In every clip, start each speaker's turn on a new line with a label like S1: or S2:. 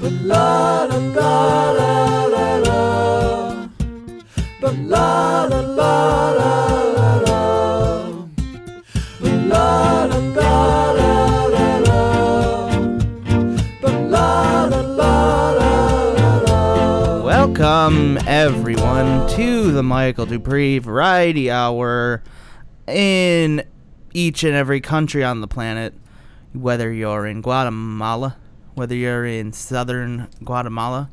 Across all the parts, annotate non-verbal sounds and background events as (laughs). S1: la la la la la la. But la la la la la la. But la la la la la la. But la la la la la la.
S2: Welcome, everyone, to the Michael Dupree Variety Hour in each and every country on the planet. Whether you're in Guatemala, whether you're in southern Guatemala,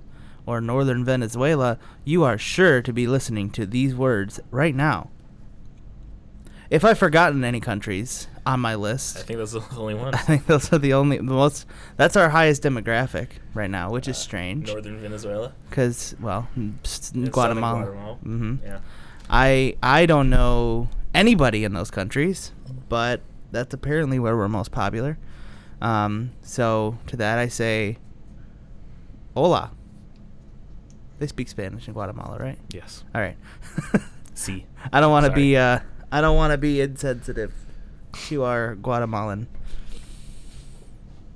S2: or northern Venezuela, you are sure to be listening to these words right now. If I've forgotten any countries on my
S3: I
S2: list,
S3: think that's the (laughs) only
S2: (laughs)
S3: one.
S2: I think those are the only, the most, that's our highest demographic right now, which is
S3: Uh,
S2: strange.
S3: Northern Venezuela.
S2: Because, well, hmm, s-
S3: and
S2: Guatemala.
S3: Southern Guatemala.
S2: hmm
S3: Yeah.
S2: I I don't know anybody in those countries, but that's apparently where we're most popular. Um, so to that I say, hola. They speak Spanish in Guatemala, right?
S3: Yes.
S2: All right. (laughs)
S3: See.
S2: I don't want to
S3: Sorry.
S2: be uh, I don't want to be insensitive to our Guatemalan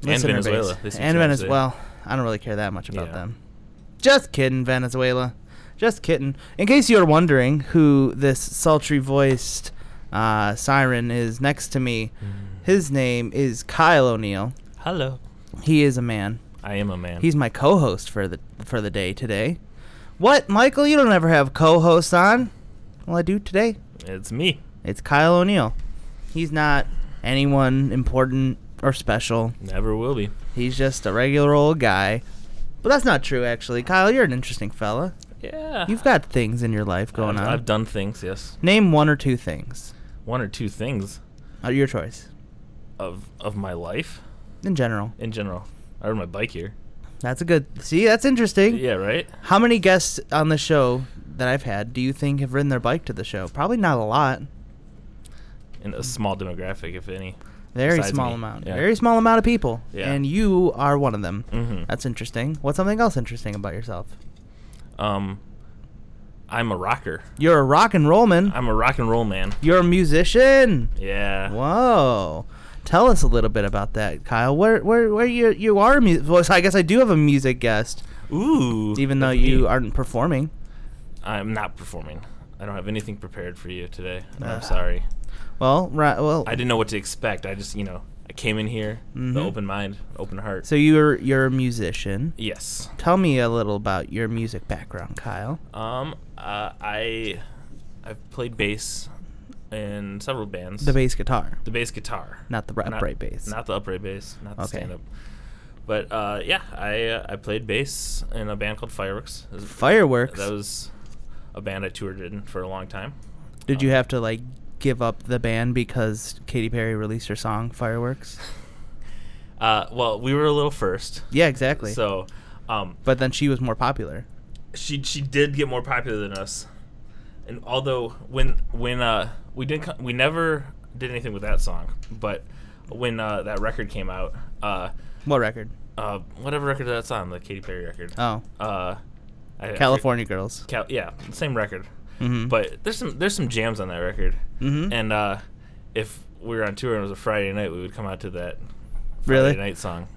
S3: And
S2: listener
S3: Venezuela. They
S2: base.
S3: speak
S2: And
S3: Spanish
S2: Venezuela.
S3: there.
S2: Well, I don't really care that much about
S3: Yeah.
S2: them. Just kidding, Venezuela. Just kidding. In case you're wondering who this sultry voiced uh, siren is next to me, his name is Kyle O'Neill.
S3: Hello.
S2: He is a man.
S3: I am a man.
S2: He's my co-host for the for the day today. What, Michael? You don't ever have co-hosts on? Well, I do today.
S3: It's me.
S2: It's Kyle O'Neill. He's not anyone important or special.
S3: Never will be.
S2: He's just a regular old guy. But that's not true, actually. Kyle, you're an interesting fella.
S3: Yeah.
S2: You've got things in your life going
S3: I've,
S2: on.
S3: I've done things. Yes.
S2: Name one or two things.
S3: One or two things
S2: Uh, your choice.
S3: of of my life
S2: In general.
S3: in general. I rode my bike here.
S2: That's a good. See, that's interesting.
S3: Yeah. Right.
S2: How many guests on the show that I've had do you think have ridden their bike to the show? Probably not a lot.
S3: In a small demographic, if any.
S2: Very
S3: Besides
S2: small
S3: me.
S2: amount.
S3: Yeah.
S2: Very small amount of people.
S3: Yeah.
S2: And you are one of them.
S3: Mhm.
S2: That's interesting. What's something else interesting about yourself?
S3: Um. I'm a rocker.
S2: You're a rock and roll man.
S3: I'm a rock and roll man.
S2: You're a musician.
S3: Yeah.
S2: Whoa. Tell us a little bit about that, Kyle. Where where where you you are a mu- well, so I guess I do have a music guest
S3: Ooh.
S2: even though
S3: that's me.
S2: you aren't performing.
S3: I'm not performing. I don't have anything prepared for you today.
S2: Ah.
S3: I'm sorry.
S2: Well, right well
S3: I didn't know what to expect. I just, you know, I came in here,
S2: Mhm.
S3: the open mind, open heart.
S2: so you're you're a musician.
S3: yes.
S2: Tell me a little about your music background, Kyle.
S3: Um, uh, I, I've played bass in several bands.
S2: The bass guitar.
S3: The bass guitar.
S2: Not the upright bass.
S3: Not the upright bass. Not the
S2: Okay.
S3: stand up. But uh, yeah, I uh, I played bass in a band called Fireworks. It was-
S2: Fireworks.
S3: That was a band I toured in for a long time. Um,
S2: Did you have to like give up the band because Katy Perry released her song Fireworks?
S3: Uh, well, we were a little first.
S2: Yeah, exactly.
S3: So, um,
S2: but then she was more popular.
S3: she she did get more popular than us, and although when when uh we didn't co- we never did anything with that song, but when uh, that record came out, uh,
S2: What record?
S3: uh, whatever record that's on, the Katy Perry record,
S2: Oh,
S3: uh, I- I forget-
S2: California Girls.
S3: Cal- yeah, same record,
S2: Mhm.
S3: but there's some there's some jams on that record,
S2: Mhm.
S3: and uh, if we were on tour and it was a Friday night, we would come out to that
S2: Really?
S3: Friday night song.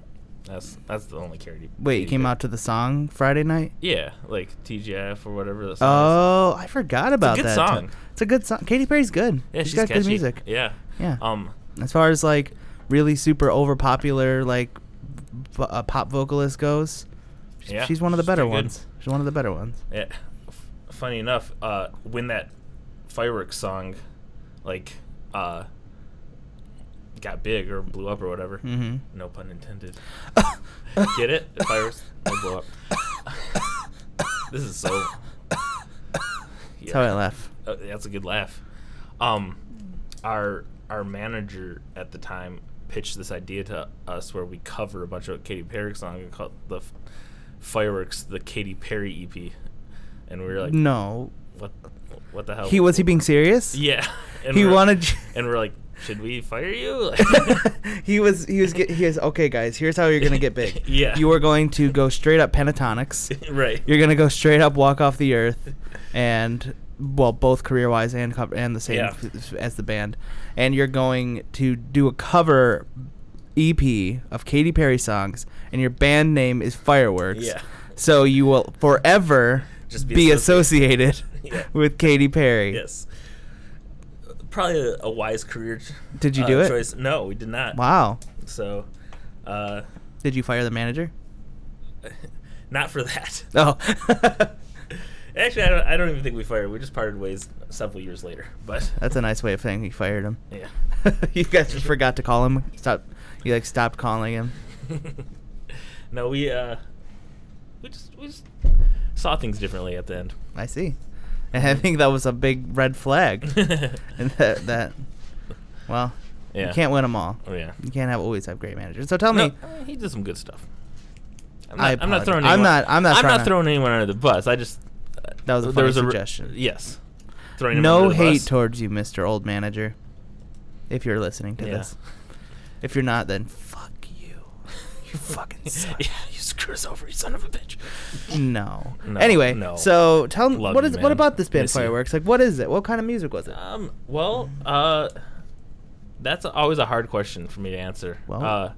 S3: That's that's the only Katy.
S2: Wait, you
S3: Katy
S2: came
S3: Perry-
S2: out to the song Friday night?
S3: Yeah, like TGF or whatever. That song is.
S2: Oh, I forgot about
S3: good
S2: that.
S3: song.
S2: It's a good song. Katy Perry's good.
S3: Yeah, she's
S2: she's got good
S3: catchy.
S2: music.
S3: Yeah.
S2: Yeah.
S3: Um,
S2: As far as like really super over popular like v- uh, pop vocalist goes, she's,
S3: Yeah,
S2: she's one of the
S3: she's
S2: better
S3: pretty good.
S2: ones. She's one of the better ones.
S3: yeah. F- Funny enough, uh, when that fireworks song, like, uh, got big or blew up or whatever.
S2: Mhm.
S3: No pun intended. (laughs) Get it? The fireworks no blow up. this
S2: (coughs)
S3: is so.
S2: That's how I laugh.
S3: Uh, that's a good laugh. Um, our our manager at the time pitched this idea to us where we cover a bunch of Katy Perry songs called the F- Fireworks, the Katy Perry EP, and we were like,
S2: No.
S3: what, what the hell?
S2: He was he being serious?
S3: Yeah, (laughs) and
S2: He
S3: we're-
S2: wanted you-
S3: and we're like, should we fire you?
S2: (laughs) (laughs) he was he was get, he was okay guys, here's how you're going to get big.
S3: (laughs) Yeah.
S2: You are going to go straight up
S3: (laughs)
S2: pentatonics.
S3: (laughs) right.
S2: You're gonna go straight up, walk off the earth, and well, both career wise and cover and the same
S3: Yeah.
S2: f- as the band, and you're going to do a cover EP of Katy Perry songs, and your band name is Fireworks.
S3: Yeah.
S2: So you will forever
S3: Just
S2: be,
S3: be
S2: associated,
S3: (laughs) Yeah.
S2: (laughs) with Katy Perry.
S3: Yes. Probably a, a wise career. ch-
S2: Did you
S3: uh,
S2: do it?
S3: Choice. No, we did not.
S2: Wow.
S3: So, uh, (laughs)
S2: Did you fire the manager?
S3: not for that.
S2: (laughs) Oh.
S3: (laughs) Actually, I don't, I don't even think we fired. We just parted ways several years later. But
S2: (laughs) That's a nice way of saying you fired him.
S3: (laughs) yeah. (laughs)
S2: (laughs) you guys just forgot to call him. Stop. You like stopped calling him.
S3: no, we uh, we just we just saw things differently at the end.
S2: I see. And I think that was a big red
S3: (laughs)
S2: flag. (laughs) and that, that well,
S3: Yeah.
S2: you can't win them all.
S3: Oh yeah.
S2: You can't have always have great managers. So tell me,
S3: No, uh, he did some good stuff. I'm
S2: I
S3: not, I'm not
S2: apologize.
S3: throwing.
S2: I'm
S3: Anyone,
S2: not- I'm not trying to-
S3: throwing anyone under the bus. I just uh,
S2: That was a
S3: there
S2: funny
S3: re-
S2: suggestion.
S3: yes. Throwing him
S2: no
S3: under the
S2: hate
S3: bus.
S2: towards
S3: (laughs)
S2: you, Mr. Old Manager. If you're listening to
S3: Yeah.
S2: this, if you're not, then fuck you.
S3: (laughs)
S2: You fucking suck.
S3: yeah, you screw us over, you son of a bitch.
S2: No.
S3: No,
S2: Anyway,
S3: no.
S2: so tell me
S3: Love
S2: what
S3: you,
S2: is what
S3: man.
S2: about this band
S3: Miss you.
S2: Fireworks? Like, what is it? What kind of music was it?
S3: Um. Well. Uh. That's always a hard question for me to answer.
S2: Well,
S3: uh,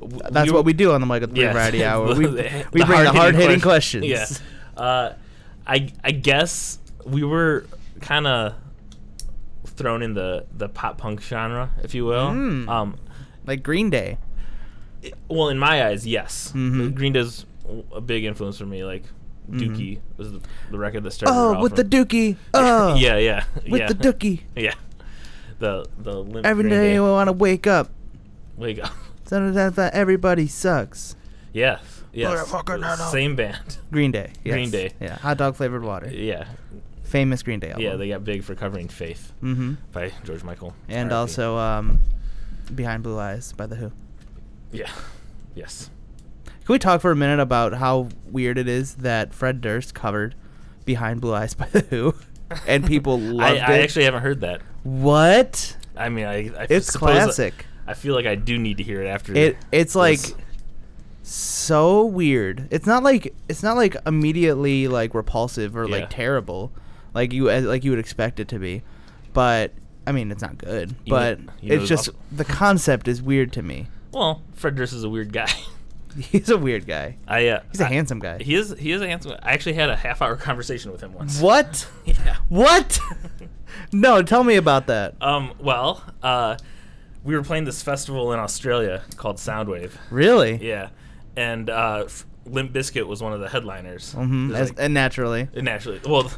S3: w-
S2: That's
S3: you-
S2: what we do on the Michael Three
S3: Yes. (laughs)
S2: Variety Hour.
S3: The-
S2: we,
S3: the-
S2: we bring the hard hitting
S3: hard-hitting
S2: questions.
S3: Yeah. Uh, I I guess we were kind of thrown in the the pop punk genre, if you will.
S2: Mm.
S3: Um,
S2: Like Green Day.
S3: it- well, in my eyes, yes.
S2: Mhm.
S3: Green Day's w- a big influence for me. Like Dookie was the, the record that started. it
S2: Mm-hmm. Oh,
S3: off
S2: with the
S3: (laughs) for-
S2: dookie. Oh,
S3: yeah, yeah,
S2: With
S3: yeah.
S2: the dookie.
S3: (laughs) Yeah. The the limp
S2: Every
S3: Green
S2: day
S3: Day.
S2: I want to wake up.
S3: Wake up.
S2: Sometimes I- everybody sucks.
S3: (laughs) Yes. Yes.
S1: Motherfucker, no, no.
S3: Same band. (laughs)
S2: Green Day. Yes.
S3: Green Day.
S2: Yeah. Hot dog flavored water.
S3: Yeah.
S2: Famous Green Day album.
S3: Yeah, they got big for covering Faith
S2: Mm-hmm.
S3: by George Michael.
S2: And
S3: RIP.
S2: also, um, Behind Blue Eyes by The Who.
S3: Yeah. Yes.
S2: Can we talk for a minute about how weird it is that Fred Durst covered Behind Blue Eyes by The Who,
S3: (laughs)
S2: and people
S3: I,
S2: loved
S3: I
S2: it?
S3: actually haven't heard that.
S2: what?
S3: I mean, I, I
S2: It's
S3: suppose I-
S2: classic.
S3: I feel like I do need to hear it after.
S2: It it's like
S3: this.
S2: so weird. It's not like it's not like immediately like repulsive or
S3: Yeah.
S2: like terrible, like you as- like you would expect it to be, but I mean it's not good.
S3: You know-
S2: but
S3: you know
S2: it's
S3: it's
S2: just
S3: awful.
S2: the concept is weird to me. (laughs)
S3: Well, Fred Durst is a weird guy. (laughs)
S2: He's a weird guy.
S3: I. Uh,
S2: He's a
S3: I-
S2: handsome guy.
S3: He is. He is a handsome. I actually had a half hour (laughs) conversation with him once.
S2: What?
S3: (laughs) Yeah.
S2: What? no, tell me about that.
S3: (laughs) Um. Well. Uh. We were playing this festival in Australia called Soundwave.
S2: Really?
S3: Yeah. And uh, f- Limp Bizkit was one of the headliners.
S2: hmm
S3: There's,
S2: As,
S3: like-
S2: and naturally.
S3: And naturally, well,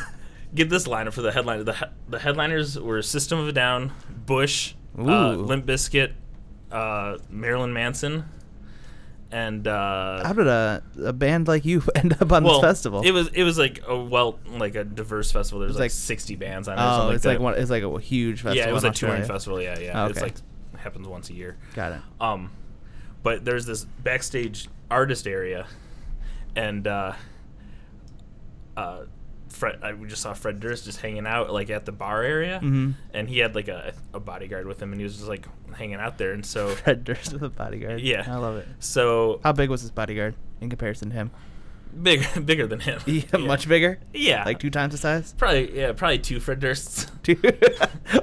S3: (laughs) get this liner for the headliner. The, he- the headliners were System of a Down, Bush, uh,
S2: Ooh.
S3: Limp Bizkit, uh, Marilyn Manson, and uh,
S2: (laughs) How did a, a band like you (laughs) end up on this
S3: well,
S2: festival?
S3: It was it was like a well like a diverse festival. There's
S2: It's
S3: like,
S2: like-
S3: sixty bands on it. or
S2: oh,
S3: something
S2: it's
S3: that.
S2: like one, it's like a huge festival.
S3: yeah, it was
S2: in
S3: a touring
S2: Australia.
S3: festival. Yeah, yeah. It's
S2: Okay.
S3: like happens once a year.
S2: Got it.
S3: Um, but there's this backstage artist area, and uh, uh, Fred, I we just saw Fred Durst just hanging out like at the bar area,
S2: Mhm.
S3: and he had like a, a bodyguard with him, and he was just like hanging out there, and so
S2: (laughs) Fred Durst with a bodyguard.
S3: yeah,
S2: I love it.
S3: So
S2: How big was his bodyguard in comparison to him? (laughs)
S3: big, bigger (laughs) than him?
S2: Yeah, Much bigger?
S3: Yeah,
S2: Like two times the size?
S3: Probably yeah, probably two Fred Dursts.
S2: (laughs) Two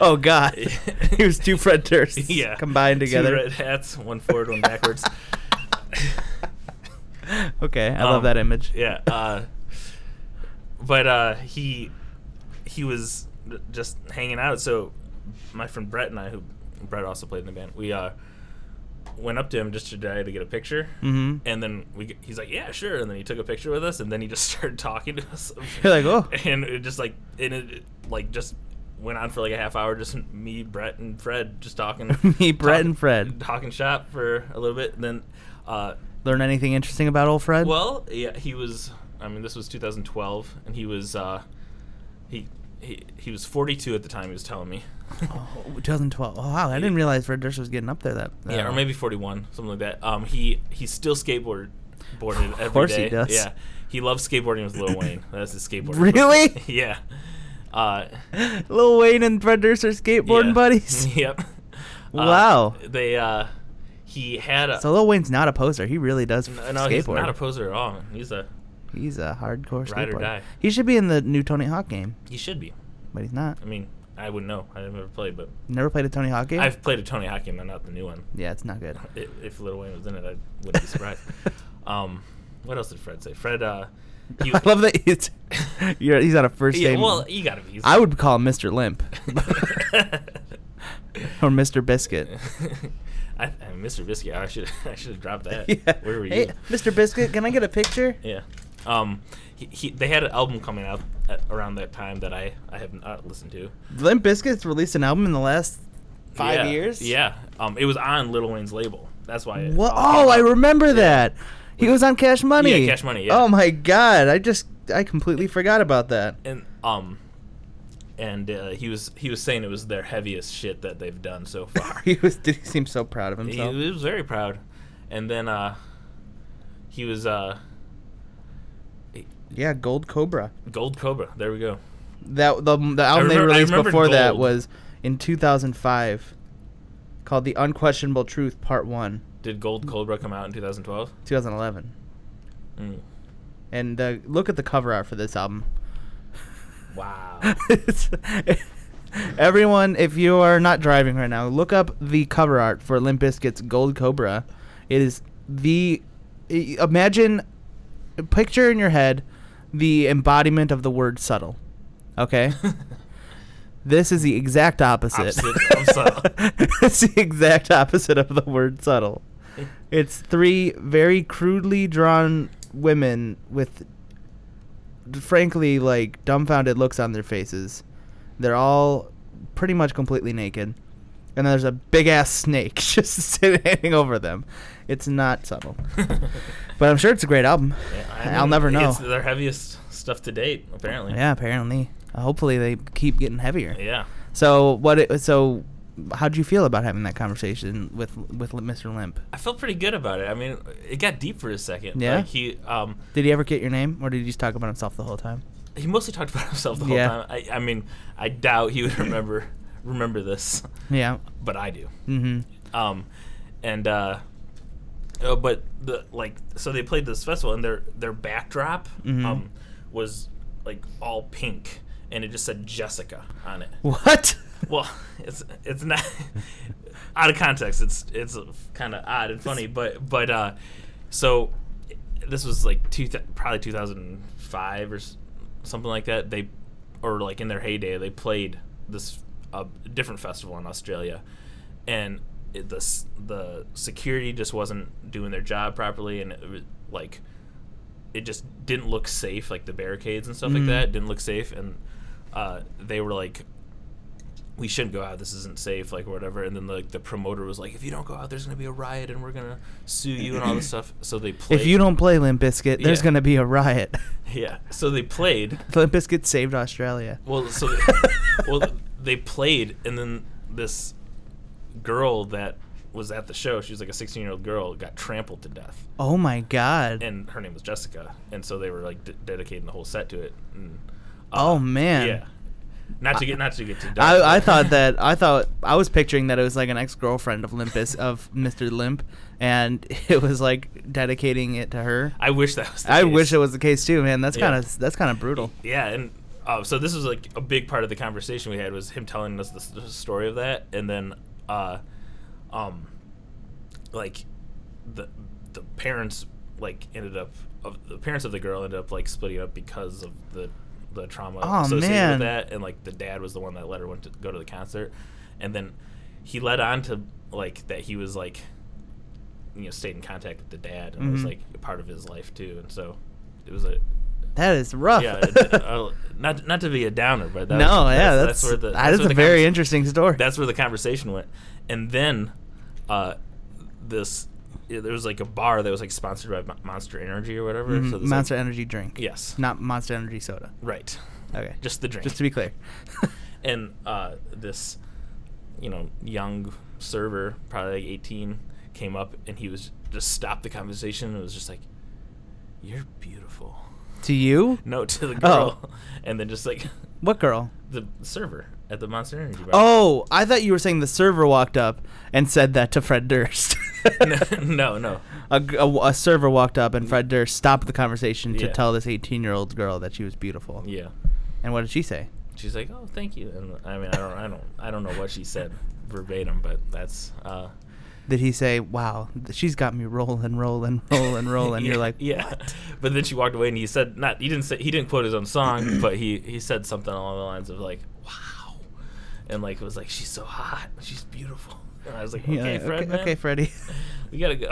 S2: oh
S3: (laughs)
S2: god. he was two Fred Dursts
S3: yeah,
S2: combined
S3: Two
S2: together.
S3: red hats, one forward, one backwards.
S2: (laughs)
S3: (laughs)
S2: okay, I
S3: Um,
S2: love that image.
S3: Yeah. Uh, but uh, he he was just hanging out. So my friend Brett and I, who Brett also played in the band, we uh, went up to him just to try to get a picture.
S2: Mhm.
S3: And then we g- he's like, yeah, sure. And then he took a picture with us, and then he just (laughs) started talking to us.
S2: (laughs) You're like, "Oh."
S3: (laughs) And it just like and it, it, like just went on for like a half hour, just me, Brett, and Fred just talking.
S2: (laughs) Me, Brett, and
S3: talking-
S2: Fred.
S3: talking shop for a little bit, and then. Uh,
S2: Learn anything interesting about old Fred?
S3: well, yeah, he was. I mean, this was 2012, and he was. Uh, he he he was 42 at the time. He was telling me.
S2: Oh, 2012. Oh wow, I didn't realize Fred Durst was getting up there that. that
S3: yeah, or
S2: long.
S3: maybe 41, something like that. Um, he he still skateboard boarded every day.
S2: course he does.
S3: Yeah, he loves skateboarding with
S2: (laughs)
S3: Lil Wayne. That's his skateboarding.
S2: Really?
S3: (laughs) yeah. Uh,
S2: Lil Wayne and Fred Durst are skateboarding
S3: yeah.
S2: buddies.
S3: (laughs) Yep. Uh,
S2: Wow.
S3: They uh, he had a.
S2: (laughs) So Lil Wayne's not a poser. He really does
S3: no, no,
S2: skateboard.
S3: he's not a poser at all. He's a.
S2: He's a hardcore
S3: Ride or
S2: skateboarder.
S3: die.
S2: He should be in the new Tony Hawk game,
S3: He should be.
S2: but he's not.
S3: I mean, I wouldn't know. I've never played, but
S2: Never played a Tony Hawk game.
S3: I've played a Tony Hawk game, and not the new one.
S2: yeah, it's not good.
S3: (laughs)
S2: (laughs)
S3: If, if Little Wayne was in it, I wouldn't be surprised. um, what else did Fred say? Fred, uh,
S2: (laughs)
S3: he-
S2: I love that
S3: (laughs)
S2: it's. You're, he's on a first
S3: yeah,
S2: name.
S3: well, you gotta be.
S2: I would call him Mr.
S3: (laughs)
S2: Limp (laughs) or Mr.
S3: (laughs)
S2: Biscuit.
S3: I, I- Mr. Biscuit, I should (laughs) I should have dropped that. Where were you?
S2: Hey, Mr. Biscuit, can I get a picture?
S3: (laughs) Yeah. Um, he, he they had an album coming out at, around that time that I I have not listened to.
S2: Limp Biscuit's released an album in the last five
S3: Yeah,
S2: years.
S3: Yeah. Um, it was on Little Wayne's label. That's why. It
S2: What?
S3: all
S2: Oh, I
S3: came out.
S2: remember that. He was on Cash Money.
S3: Yeah, Cash Money, yeah.
S2: Oh my God, I just I completely forgot about that.
S3: And um, and uh, he was he was saying it was their heaviest shit that they've done
S2: (laughs)
S3: so far.
S2: (laughs) he was. Did he seem so proud of
S3: he,
S2: himself?
S3: he was very proud. And then uh, he was uh,
S2: yeah, Gold Cobra.
S3: Gold Cobra. There we go.
S2: That the the album
S3: remember- I
S2: they released
S3: remember
S2: before that
S3: Gold.
S2: was in 2005, called "The Unquestionable Truth Part One,"
S3: Did Gold Cobra come out in 2012?
S2: 2011.
S3: Mm.
S2: And uh, look at the cover art for this album. (laughs)
S3: Wow.
S2: It's- Everyone, if you are not driving right now, look up the cover art for Limp Bizkit's Gold Cobra. It is the i- imagine picture in your head the embodiment of the word subtle.
S3: (laughs)
S2: Okay? this is the exact opposite.
S3: Opposite of subtle.
S2: (laughs) it's the exact opposite of the word subtle. It's three very crudely drawn women with frankly like dumbfounded looks on their faces. They're all pretty much completely naked. And there's a big ass snake (laughs) just sitting over them. It's not
S3: (laughs)
S2: subtle. But I'm sure it's a great album.
S3: Yeah, I
S2: I'll
S3: mean,
S2: never know.
S3: It's their heaviest stuff to date, apparently.
S2: Yeah, apparently. Hopefully they keep getting heavier.
S3: Yeah.
S2: So what? It, so how'd you feel about having that conversation with with Mr. Limp?
S3: I felt pretty good about it. I mean, it got deep for a second.
S2: Yeah?
S3: Like he um
S2: Did he ever get your name, or did he just talk about himself the whole time?
S3: he mostly talked about (laughs) himself the whole
S2: Yeah.
S3: time. I, I mean, I doubt he would remember remember this,
S2: Yeah.
S3: but I do.
S2: Mm-hmm.
S3: Um and uh oh, but the like so they played this festival and their their backdrop
S2: Mhm.
S3: um was like all pink and it just said Jessica on it.
S2: What?
S3: (laughs) Well, it's it's not out of context. It's it's kind of odd and funny, but but uh, so this was like two th- probably 2005 or s- something like that. They or like in their heyday, they played this uh, different festival in Australia, and it, the s- the security just wasn't doing their job properly, and it was like it just didn't look safe, like the barricades and stuff
S2: Mhm.
S3: like that didn't look safe, and uh, they were like we shouldn't go out. This isn't safe, like or whatever. And then like the promoter was like, if you don't go out, there's gonna be a riot, and we're gonna sue you and all this stuff. So they
S2: (laughs)
S3: played.
S2: If you don't play Limp Bizkit, there's
S3: Yeah.
S2: gonna be a riot.
S3: (laughs)
S2: (laughs)
S3: yeah. So they played.
S2: Limp Bizkit saved Australia.
S3: Well, so
S2: (laughs)
S3: well they played, and then this girl that was at the show, she was like a 16 year old girl, got trampled to death,
S2: Oh my God.
S3: and her name was Jessica. And so they were like d- dedicating the whole set to it. And, uh,
S2: oh man.
S3: yeah. Not to get not to get too dark.
S2: I, I
S3: (laughs)
S2: thought that I thought I was picturing that it was like an ex girlfriend of Limpus of Mr. Limp, and (laughs) it was like dedicating it to her.
S3: I wish that was. The
S2: I
S3: case.
S2: wish it was the case too, man. That's
S3: Yeah.
S2: kind of that's kind of brutal.
S3: Yeah, and uh, so this was like a big part of the conversation we had was him telling us the, s- the story of that, and then, uh, um, like the the parents like ended up of the parents of the girl ended up like splitting up because of the the trauma
S2: Aw,
S3: associated
S2: man.
S3: with that, and like the dad was the one that let her went to go to the concert, and then he led on to like that he was like you know stayed in contact with the dad and it was
S2: Mhm.
S3: like a part of his life too, and so it was a
S2: That is (laughs) rough.
S3: yeah, it- uh, not not to be a downer, but that
S2: no,
S3: was,
S2: yeah, that's
S3: where the
S2: that is
S3: where
S2: a
S3: the
S2: very
S3: conversa- (laughs)
S2: interesting story.
S3: That's where the conversation went, and then uh, this yeah, there was like a bar that was like sponsored by Mon- Monster Energy or whatever.
S2: Mhm,
S3: So there's, like-
S2: Monster Energy drink.
S3: Yes.
S2: Not Monster Energy soda.
S3: Right.
S2: Okay.
S3: Just the drink.
S2: just to be clear.
S3: (laughs) and uh, this you know young server probably like 18 came up and he was just stopped the conversation and was just like you're beautiful
S2: to you?
S3: no to the
S2: Oh.
S3: girl and then just like
S2: What girl?
S3: (laughs) the server at the Monster Energy Bar.
S2: Oh, I thought you were saying the server walked up and said that to Fred Durst.
S3: (laughs)
S2: (laughs)
S3: no, no. Mm.
S2: A, g- a- a server walked up and Fred Durst stopped the conversation to
S3: Yeah.
S2: tell this 18 year old girl that she was beautiful.
S3: Yeah.
S2: And what did she say?
S3: she's like, "Oh, thank you." And I mean, I don't, I don't, I don't know what
S2: (laughs)
S3: she said verbatim, but that's. Uh,
S2: Did he say, "Wow, th- she's got me rolling, rolling, rolling, rolling"? You're
S3: (laughs) yeah,
S2: like,
S3: yeah. But then she walked away, and he said, not he didn't say he didn't quote his
S2: (clears throat)
S3: own song, but he he said something along the lines of like, "Wow," and like it was like, "She's so hot, she's beautiful." And I was like, "Okay,
S2: Yeah,
S3: Fred,
S2: okay,
S3: man,
S2: okay, Freddie.
S3: (laughs) we
S2: (laughs)
S3: gotta go."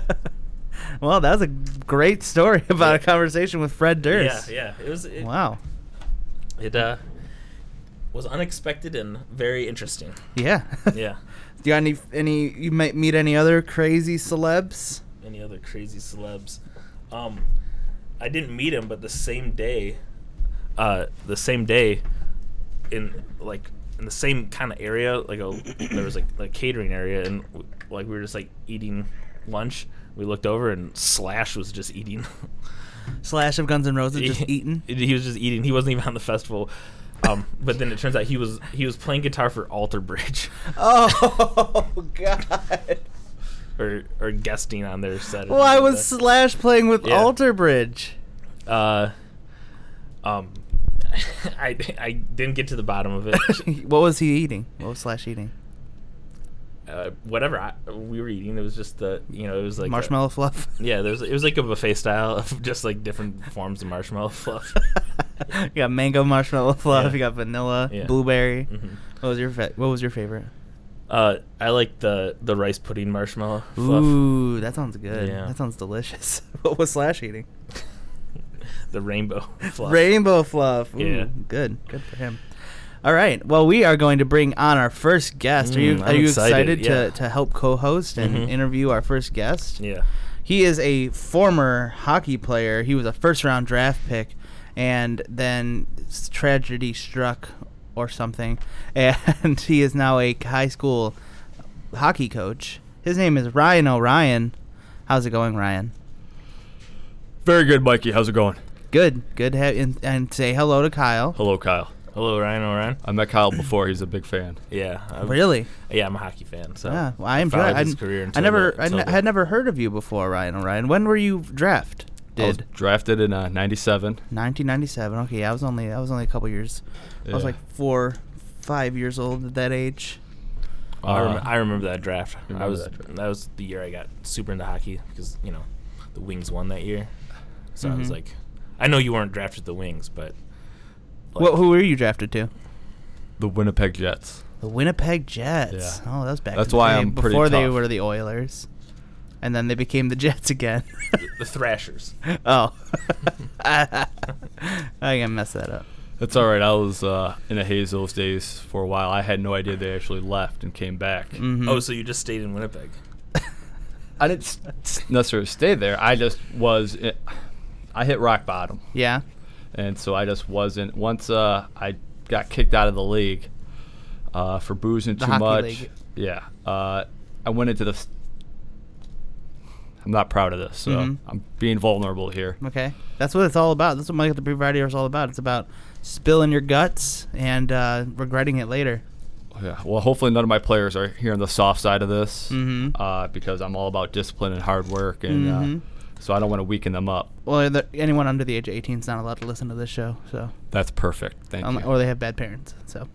S2: (laughs) well, that was a great story (laughs) about a
S3: Yeah.
S2: conversation with Fred
S3: yeah,
S2: Durst.
S3: yeah. It was it,
S2: Wow.
S3: It uh, was unexpected and very interesting.
S2: Yeah. (laughs)
S3: Yeah.
S2: Do you got any any you might meet any other crazy celebs?
S3: any other crazy celebs. Um, I didn't meet him, but the same day, uh, the same day, in like in the same kind of area,
S2: (coughs)
S3: like a there was like a catering area, and w- like we were just like eating lunch. We looked over, and Slash was just eating.
S2: Slash of Guns N' Roses
S3: (laughs)
S2: just
S3: He-
S2: eating.
S3: He was just eating. He wasn't even on the festival. Um, but then it turns out he was he was playing guitar for Alter Bridge, (laughs)
S2: Oh (laughs) God!
S3: or or guesting on their set. or
S2: Why
S3: something like
S2: was
S3: that.
S2: Slash playing with
S3: Yeah.
S2: Alter Bridge?
S3: Uh, um, (laughs) I, I didn't get to the bottom of it.
S2: (laughs) (laughs) what was he eating? What was Slash eating?
S3: uh, whatever I, we were eating, it was just the you know it was like a-
S2: Marshmallow fluff. (laughs)
S3: yeah, there was it was like a buffet style of (laughs) just like different forms of
S2: (laughs)
S3: marshmallow (laughs) fluff.
S2: you got mango marshmallow (laughs) fluff.
S3: Yeah.
S2: You got vanilla,
S3: Yeah.
S2: blueberry.
S3: Mhm.
S2: What was your fa- What was your favorite?
S3: Uh, I like the the rice pudding marshmallow fluff.
S2: Ooh, that sounds good.
S3: Yeah.
S2: That sounds delicious. (laughs) what was Slash eating?
S3: (laughs) the rainbow (laughs) fluff.
S2: Rainbow fluff. Ooh,
S3: Yeah.
S2: good. Good for him. All right. Well, we are going to bring on our first guest. are you
S3: Mm,
S2: are
S3: I'm
S2: you excited,
S3: excited, yeah.
S2: to, to help co-host and
S3: Mhm.
S2: interview our first guest?
S3: Yeah.
S2: He is a former hockey player. He was a first round draft pick, and then s- tragedy struck or something, (laughs) and he is now a high school hockey coach. His name is Ryan O'Ryan. How's it going, Ryan?
S4: Very good, Mikey. How's it going?
S2: Good, good. Ha- and, and say hello to Kyle.
S4: Hello, Oh, Kyle.
S3: Hello, Ryan O'Ryan.
S4: I met Kyle before. He's a
S2: (clears throat)
S4: big fan.
S3: Yeah. I'm,
S2: Really?
S3: Yeah, I'm a hockey fan. So
S2: yeah. Well, I am.
S3: followed
S2: I,
S3: his career
S2: I
S3: until
S2: never,
S3: the-
S2: I
S3: until
S2: ne-
S3: the-
S2: had never heard of you before, Ryan O'Ryan. When were you draft?
S4: I was
S2: Did
S4: drafted in uh, '97.
S2: 1997? Okay, I was only, I was only a couple years. I was
S4: Yeah.
S2: like four, five years old at that age.
S3: Oh, I,
S4: Uh,
S3: rem- I remember that draft. I
S4: remember
S3: was that,
S4: that draft.
S3: was the year I got super into hockey because you know the Wings won that year, so I was
S2: Mhm.
S3: like, I know you weren't drafted the Wings, but like,
S2: What? Who were you drafted to?
S4: the Winnipeg Jets.
S2: The Winnipeg Jets.
S4: Yeah.
S2: Oh, that was back.
S4: That's
S2: in the
S4: why
S2: day,
S4: I'm pretty
S2: before they
S4: tough.
S2: were the Oilers, and then they became the Jets
S4: (laughs)
S2: again.
S3: the Thrashers.
S2: (laughs) oh, I can mess that
S4: (laughs)
S2: up.
S4: That's all right. I was uh, in a haze those days for a while. I had no idea they actually left and came back.
S2: Mhm.
S3: Oh, so you just stayed in Winnipeg?
S4: I didn't s- s- necessarily stay there. I just was. i I hit rock bottom,
S2: yeah.
S4: and so I just wasn't. Once uh, I got kicked out of the league uh, for boozing
S2: The
S4: too
S2: hockey
S4: much.
S2: league.
S4: Yeah, uh, I went into the. s- I'm not proud of this, so
S2: Mhm.
S4: I'm being vulnerable here.
S2: Okay. That's what it's all about. That's what Michael the Pre Variety Hour is all about. It's about spilling your guts and uh, regretting it later.
S4: Oh, Yeah. Well, hopefully none of my players are here on the soft side of this,
S2: Mhm.
S4: uh, because I'm all about discipline and hard work, and
S2: Mhm.
S4: uh, so I don't want to weaken them up.
S2: Well, the, anyone under the age of 18 is not allowed to listen to this show, so
S4: That's perfect. Thank
S2: um,
S4: you.
S2: or they have bad parents. So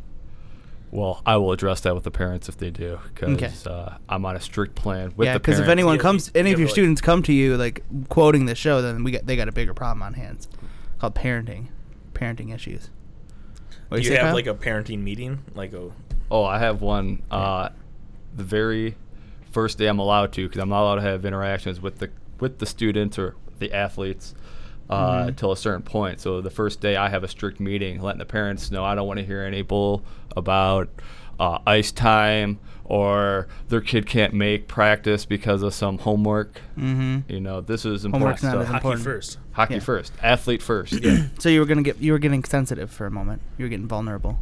S4: well, I will address that with the parents if they do, because
S2: Okay.
S4: uh, I'm on a strict plan with
S2: yeah,
S4: the
S2: because
S4: parents.
S2: if anyone
S3: Yeah,
S2: comes,
S3: you-
S2: any
S3: you
S2: of
S3: have
S2: your
S3: to, like-
S2: students come to you like quoting the show, then we got they got a bigger problem on hands called parenting, parenting issues. What
S3: Do you
S2: say,
S3: have
S2: Kyle?
S3: like a parenting meeting? Like a
S4: Oh, I have one. Uh, the very first day I'm allowed to, because I'm not allowed to have interactions with the with the students or the athletes uh,
S2: Mhm.
S4: till a certain point. So the first day I have a strict meeting, letting the parents know I don't want to hear any bull about uh, ice time or their kid can't make practice because of some homework.
S2: Mm-hmm.
S4: You know, this is important
S2: Homework's not as
S4: stuff.
S3: hockey
S2: important.
S3: first?
S4: Hockey
S2: yeah.
S4: first, athlete first.
S3: Yeah.
S2: So you were gonna get you were getting sensitive for a moment. You were getting vulnerable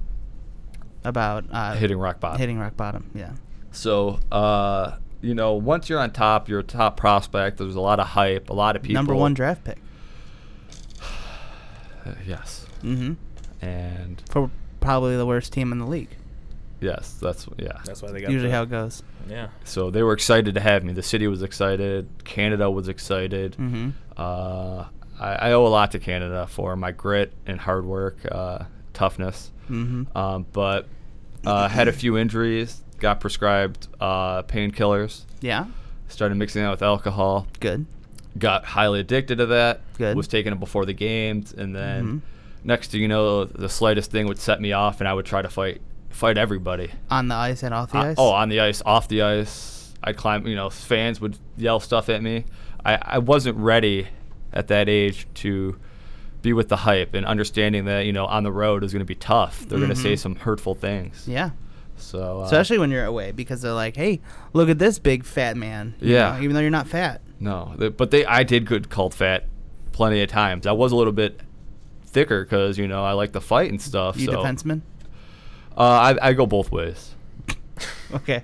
S2: about uh,
S4: (coughs) Hitting rock bottom.
S2: hitting rock bottom. Yeah.
S4: So, uh, you know, once you're on top, you're a top prospect. There's a lot of hype, a lot of people.
S2: Number one draft pick.
S4: Uh, yes.
S2: Mm-hmm.
S4: And
S2: For probably the worst team in the league.
S4: yes, that's yeah.
S3: That's why they got
S2: Usually
S3: the-
S2: how it goes.
S3: Yeah.
S4: So they were excited to have me. The city was excited. Canada was excited.
S2: Mm-hmm.
S4: Uh, I, I owe a lot to Canada for my grit and hard work. Uh, toughness.
S2: hmm
S4: Um, but uh, had a few injuries, got prescribed uh, painkillers,
S2: yeah.
S4: started mixing that with alcohol,
S2: Good.
S4: got highly addicted to that.
S2: Good.
S4: Was taking it before the games, and then
S2: Mhm.
S4: next thing you know, the slightest thing would set me off, and I would try to fight fight everybody.
S2: On the ice and off the
S4: Uh,
S2: ice.
S4: oh, on the ice, off the ice. I'd climb. You know, fans would yell stuff at me. I, I wasn't ready at that age to be with the hype and understanding that you know on the road is going to be tough. They're going to say
S2: Mhm.
S4: some hurtful things.
S2: yeah.
S4: So uh,
S2: Especially when you're away, because they're like, "Hey, look at this big fat man." you
S4: Yeah.
S2: know, even though you're not fat.
S4: No, th- but they I did good called fat plenty of times. I was a little bit thicker because you know I like to fight and stuff.
S2: You
S4: so
S2: defenseman.
S4: Uh, I, I go both ways.
S2: (laughs) Okay.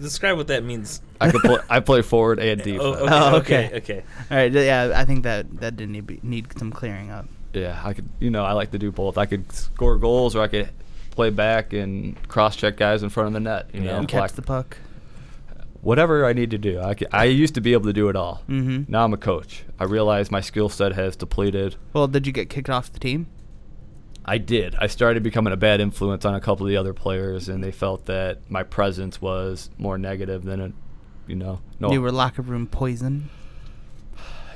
S3: Describe what that means.
S4: I could pl- I play forward and defense.
S3: (laughs) Oh, okay,
S2: Oh,
S3: okay.
S2: okay.
S3: okay,
S2: All right. th- Yeah, I think that that did need, be- need some clearing up.
S4: (laughs) Yeah, I could. You know, I like to do both. I could score goals or I could play back and cross check guys in front of the net. You
S3: Yeah.
S4: know,
S2: And
S4: block-
S2: catch the puck.
S4: whatever I need to do. I, c- I used to be able to do it all.
S2: Mhm.
S4: Now I'm a coach. I realize my skill set has depleted.
S2: Well, did you get kicked off the team?
S4: I did. I started becoming a bad influence on a couple of the other players, and they felt that my presence was more negative than it, you know. No.
S2: You were locker room poison.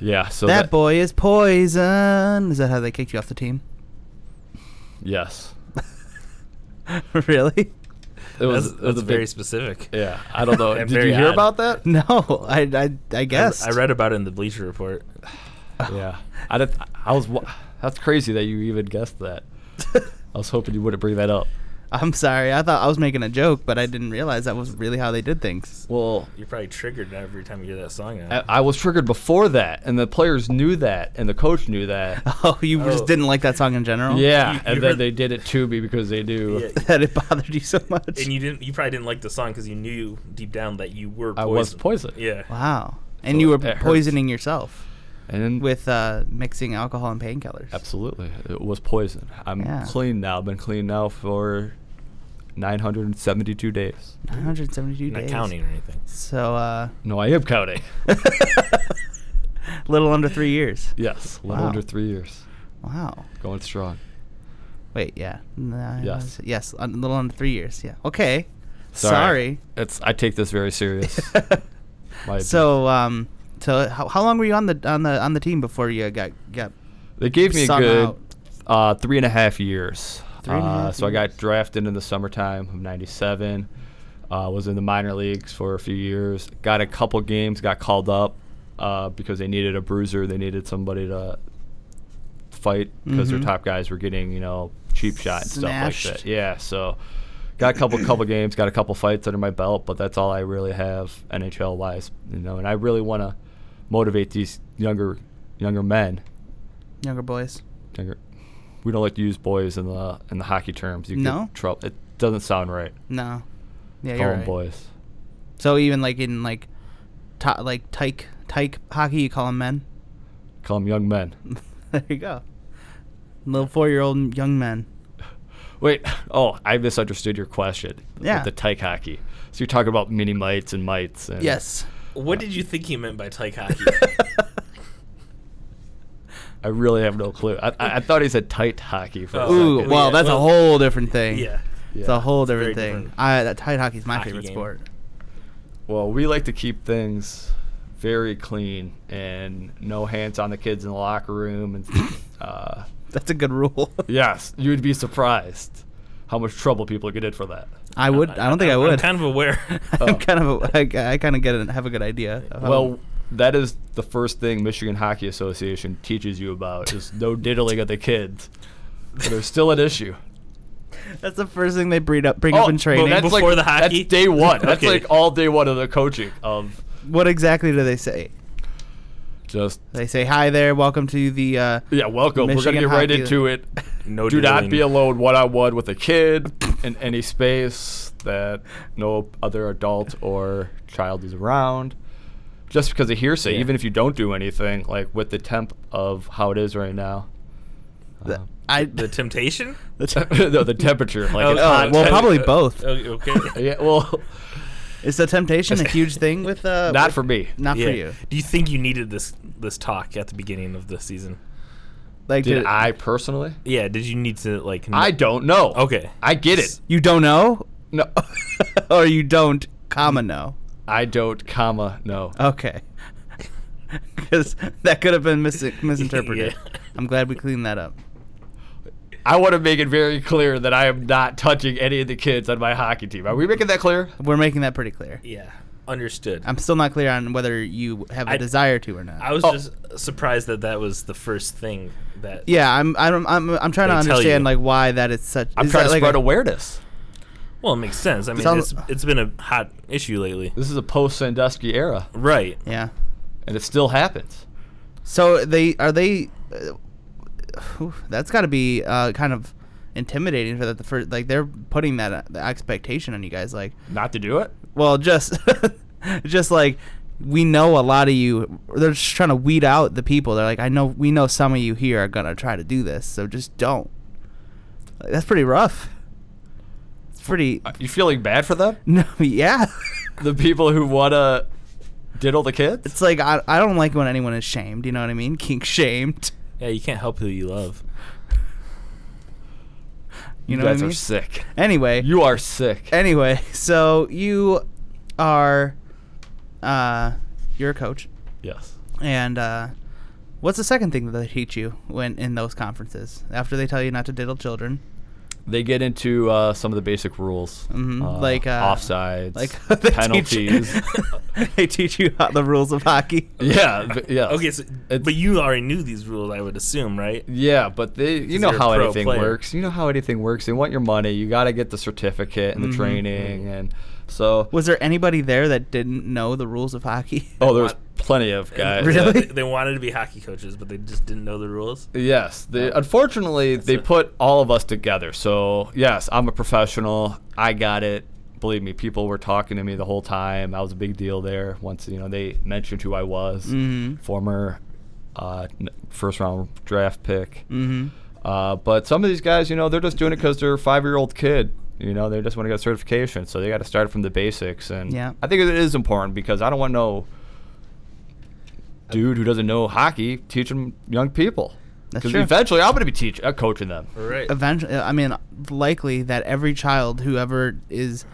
S4: Yeah. So
S2: that, boy is poison. Is that how they kicked you off the team? (laughs)
S4: Yes.
S2: really?
S4: It was.
S3: that's
S4: it was
S3: that's
S4: a
S3: very
S4: big-
S3: specific.
S4: Yeah. I
S2: (laughs)
S4: don't
S3: (laughs)
S4: know.
S3: And
S4: Did you
S3: very
S4: hear
S3: odd. (laughs)
S4: about that?
S2: No, I I, I guess.
S3: I,
S2: (laughs)
S3: I read about it in the Bleacher Report.
S4: yeah. I did, I was. wa- That's crazy that you even guessed that. I was hoping you wouldn't bring that up.
S2: I'm sorry. I thought I was making a joke, but I didn't realize that was really how they did things.
S4: Well,
S3: You're probably triggered every time you hear that song.
S4: I,
S3: Out.
S4: I was triggered before that, and the players knew that, and the coach knew that.
S2: (laughs) (laughs) Oh, you just
S3: Oh.
S2: didn't like that song in general?
S4: yeah,
S3: You- you
S4: and then
S3: heard-
S4: they did it to me because they knew.
S3: Yeah.
S2: (laughs) that it bothered you so much.
S3: and you didn't. You probably didn't like the song because you knew deep down that you were.
S4: I
S3: Poison.
S4: was poison.
S3: Yeah.
S2: wow.
S4: So
S2: And you were
S4: it hurts.
S2: poisoning yourself
S4: And then
S2: with uh, mixing alcohol and painkillers.
S4: Absolutely. It was poison. I'm
S2: Yeah.
S4: clean now. I've been clean now for 972 days.
S2: 972
S3: Not
S2: days.
S3: counting or anything.
S2: So, uh,
S4: No, I am counting.
S2: (laughs) little under three years.
S4: yes, a little
S2: Wow.
S4: under three years.
S2: Wow.
S4: Going strong.
S2: Wait, yeah. Nine-
S4: Yes.
S2: Yes, a little under three years. Yeah. Okay.
S4: Sorry.
S2: Sorry. (laughs)
S4: It's I take this very serious. My
S2: so, um, so how, how long were you on the on the on the team before you got got?
S4: they gave me a
S2: sung
S4: good
S2: out.
S4: uh, three and a half years.
S2: Three and a
S4: uh,
S2: half
S4: so I got
S2: years.
S4: drafted in the summertime of '97. Uh, was in the minor leagues for a few years. Got a couple games. Got called up uh, because they needed a bruiser. They needed somebody to fight because
S2: Mhm.
S4: their top guys were getting you know cheap shot and stuff like
S2: Snatched.
S4: that. Yeah. So got a couple couple games. Got a couple fights under my belt, but that's all I really have NHL wise. You know, and I really want to motivate these younger younger men
S2: Younger boys.
S4: younger. We don't like to use boys in the in the hockey terms. You
S2: No?
S4: get trouble. It doesn't sound right.
S2: No. Yeah,
S4: Call
S2: you're
S4: 'em
S2: right.
S4: boys.
S2: So even like in like, ta- like tyke tyke hockey, you call them men. (laughs)
S4: Call 'em young men.
S2: there you go. Little four-year-old young men.
S4: Wait. Oh, I misunderstood your question. with
S2: Yeah.
S4: the tyke hockey. So you're talking about mini mites and mites. And
S2: Yes.
S3: What did you think he meant by tyke
S4: (laughs)
S3: hockey?
S4: I really have no clue. I, I, I thought he said tight hockey for a
S3: Oh.
S2: Ooh,
S4: second.
S3: well,
S2: well,
S3: yeah,
S2: that's
S3: well,
S2: a whole different thing.
S3: yeah.
S2: It's a whole
S3: very
S2: different thing.
S3: different.
S2: I that tight hockey is my
S3: Hockey
S2: favorite
S3: game.
S2: sport.
S4: Well, we like to keep things very clean and no hands on the kids in the locker room.
S2: (laughs)
S4: And uh,
S2: That's a good rule.
S4: yes, you'd be surprised how much trouble people get in for that.
S2: I would. I don't think I
S3: I'm-
S2: would.
S3: I'm kind of aware.
S2: (laughs) I'm
S4: Oh.
S2: kind of. A, I, I kind of get it. Have a good idea. of how-
S4: Well, that is the first thing Michigan Hockey Association teaches you about is no diddling of the kids. But (laughs) there's still an issue.
S2: that's the first thing they bring up. Bring up in
S4: but
S2: training.
S4: Oh, that's
S3: Before
S4: like,
S3: the hockey?
S4: That's day one. That's
S3: Okay.
S4: like all day one of the coaching of
S2: what exactly do they say?
S4: just
S2: They say hi there. Welcome to the. Uh,
S4: yeah, welcome.
S2: Michigan
S4: We're gonna get right
S2: hockey-
S4: into it.
S3: No
S4: Do not
S3: diddling.
S4: be alone one on one with a kid in any space that no other adult or child is around. Just because of hearsay,
S3: Yeah.
S4: even if you don't do anything, like with the temp of how it is right now.
S2: the-
S4: Uh,
S2: (laughs) I.
S3: the
S4: (laughs)
S3: temptation.
S4: no, the temperature. Like
S3: Oh,
S4: it's
S2: oh,
S4: hot.
S2: well,
S3: okay.
S2: probably both.
S3: Oh, okay.
S4: (laughs) yeah, well,
S2: Is the temptation a huge thing with? Uh,
S4: not
S2: with-
S4: for me.
S2: Not
S3: Yeah.
S2: for you.
S3: Do you think you needed this this talk at the beginning of the season?
S2: Like,
S4: Did
S2: did-
S4: I personally?
S3: Yeah, did you need to like? kn-
S4: I don't know.
S3: okay.
S4: I get it.
S2: you don't know, (laughs)
S4: No.
S2: or you don't, comma know?
S4: I don't, comma, no.
S2: Okay, (laughs) because that could have been mis- misinterpreted.
S3: Yeah.
S2: I'm glad we cleaned that up.
S4: I want to make it very clear that I am not touching any of the kids on my hockey team. Are we making that clear?
S2: We're making that pretty clear.
S3: yeah, understood. i
S2: I'm still not clear on whether you have a
S3: I-
S2: desire to or not.
S3: was
S4: Oh.
S3: just surprised that that was the first thing that.
S2: yeah, I'm. I'm. I'm. I'm trying to
S3: They tell
S2: understand
S3: you.
S2: like why that is such.
S4: I'm
S2: is
S4: trying
S2: that
S4: to
S2: like
S4: spread
S2: a-
S4: awareness.
S3: Well, it makes sense. I mean,
S2: Sounds-
S3: it's it's been a hot issue lately.
S4: This is a post Sandusky era,
S3: Right.
S2: Yeah.
S4: and it still happens.
S2: So they are they. Uh, (sighs) whew, that's got to be uh, kind of intimidating for that. The first, like they're putting that uh, the expectation on you guys. Like,
S4: Not to do it?
S2: well, just (laughs) just like we know a lot of you. They're just trying to weed out the people. They're like, I know we know some of you here are gonna try to do this, so just don't. Like, that's pretty rough. It's pretty.
S4: You feeling bad for them?
S2: (laughs) No, yeah.
S4: (laughs) The people who want to diddle the kids?
S2: It's like I, I don't like when anyone is shamed. You know what I mean? Kink shamed.
S3: Yeah, you can't help who you love.
S2: You, know
S4: guys
S2: what I
S4: are
S2: mean?
S4: sick.
S2: Anyway,
S4: You are sick.
S2: anyway, (laughs) so you are uh you're a coach
S4: yes.
S2: and uh what's the second thing that they teach you when in those conferences after they tell you not to diddle children?
S4: They get into uh, some of the basic rules,
S2: Mhm, like, uh,
S4: offsides,
S2: Like (laughs) they
S4: penalties.
S2: (laughs) Teach, they teach you how the rules of hockey.
S4: (laughs) yeah, but- yeah.
S3: (laughs) Okay, so,
S4: It's-
S3: but you already knew these rules, I would assume, right?
S4: Yeah, but they, you
S3: 'Cause
S4: know
S3: you're a
S4: how
S3: pro
S4: anything
S3: player.
S4: works. You know how anything works. They want your money. You got to get the certificate and the training, and so.
S2: Mm-hmm. Was there anybody there that didn't know the rules of hockey?
S4: (laughs) Oh, there's plenty of guys.
S2: (laughs) Really?
S3: Yeah, They, they wanted to be hockey coaches, but they just didn't know the rules.
S4: Yes. They, unfortunately, they
S3: it.
S4: put all of us together. So yes, I'm a professional. I got it. Believe me, people were talking to me the whole time. I was a big deal there. Once you know, they mentioned who I was,
S2: Mhm.
S4: former uh, n- first round draft pick.
S2: Mhm.
S4: Uh, but some of these guys, you know, they're just doing it because they're a five year old kid. You know, they just want to get certification. So they got to start from the basics. And
S2: Yeah.
S4: I think it is important because I don't want no dude who doesn't know hockey teaching young people.
S2: That's
S4: Because
S2: true.
S4: eventually I'm going to be teaching, uh, coaching them.
S3: Right.
S2: eventually uh, i mean likely that every child whoever is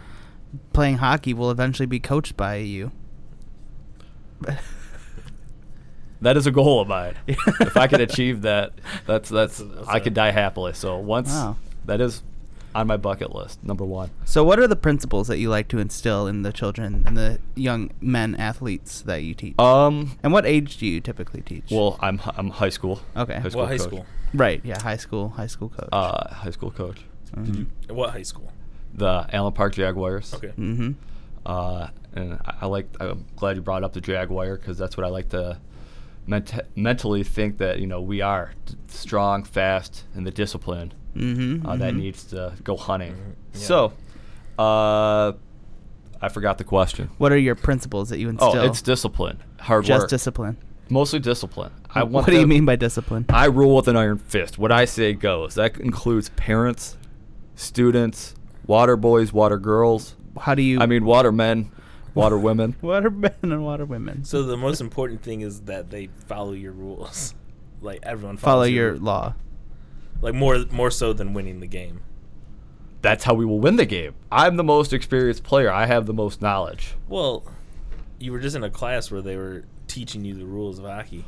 S2: playing hockey will eventually be coached by you (laughs)
S4: That is a goal
S2: (laughs)
S4: of mine. if I can achieve that, that's that's,
S3: That's
S4: I could
S3: a-
S4: die happily. So once
S2: Wow.
S4: that is on my bucket list, number one.
S2: so what are the principles that you like to instill in the children and the young men athletes that you teach
S4: Um,
S2: and what age do you typically teach
S4: well, I'm hi- I'm high school.
S2: Okay. What
S3: What high
S4: coach.
S3: school?
S2: right yeah high school high school coach Mm-hmm.
S4: Uh, high school coach.
S3: What high school?
S4: The Allen Park Jaguars.
S3: Okay.
S2: mm-hmm
S4: Uh, and I, I like. I'm glad you brought up the Jaguar because that's what I like to ment- mentally think that you know we are t- strong, fast, and the discipline
S2: mm-hmm
S4: uh, that needs to go hunting.
S3: Yeah.
S4: So, uh, I forgot the question.
S2: what are your principles that you
S4: Oh,
S2: instill
S4: it's discipline, hard
S2: just
S4: work,
S2: discipline
S4: mostly discipline. I want
S2: what do you
S4: them-
S2: mean by discipline
S4: I rule with an iron fist. What I say goes. That includes parents, students, water boys, water girls.
S2: how do you
S4: I mean, water men, water
S3: (laughs)
S4: women.
S2: (laughs) water men and water women
S3: So the most important thing is that they follow your rules. (laughs) Like everyone follows
S2: follow your
S3: rules.
S2: law
S3: like more more so than winning the game.
S4: That's how we will win the game. I'm the most experienced player. I have the most knowledge.
S3: Well, you were just in a class where they were teaching you the rules of hockey.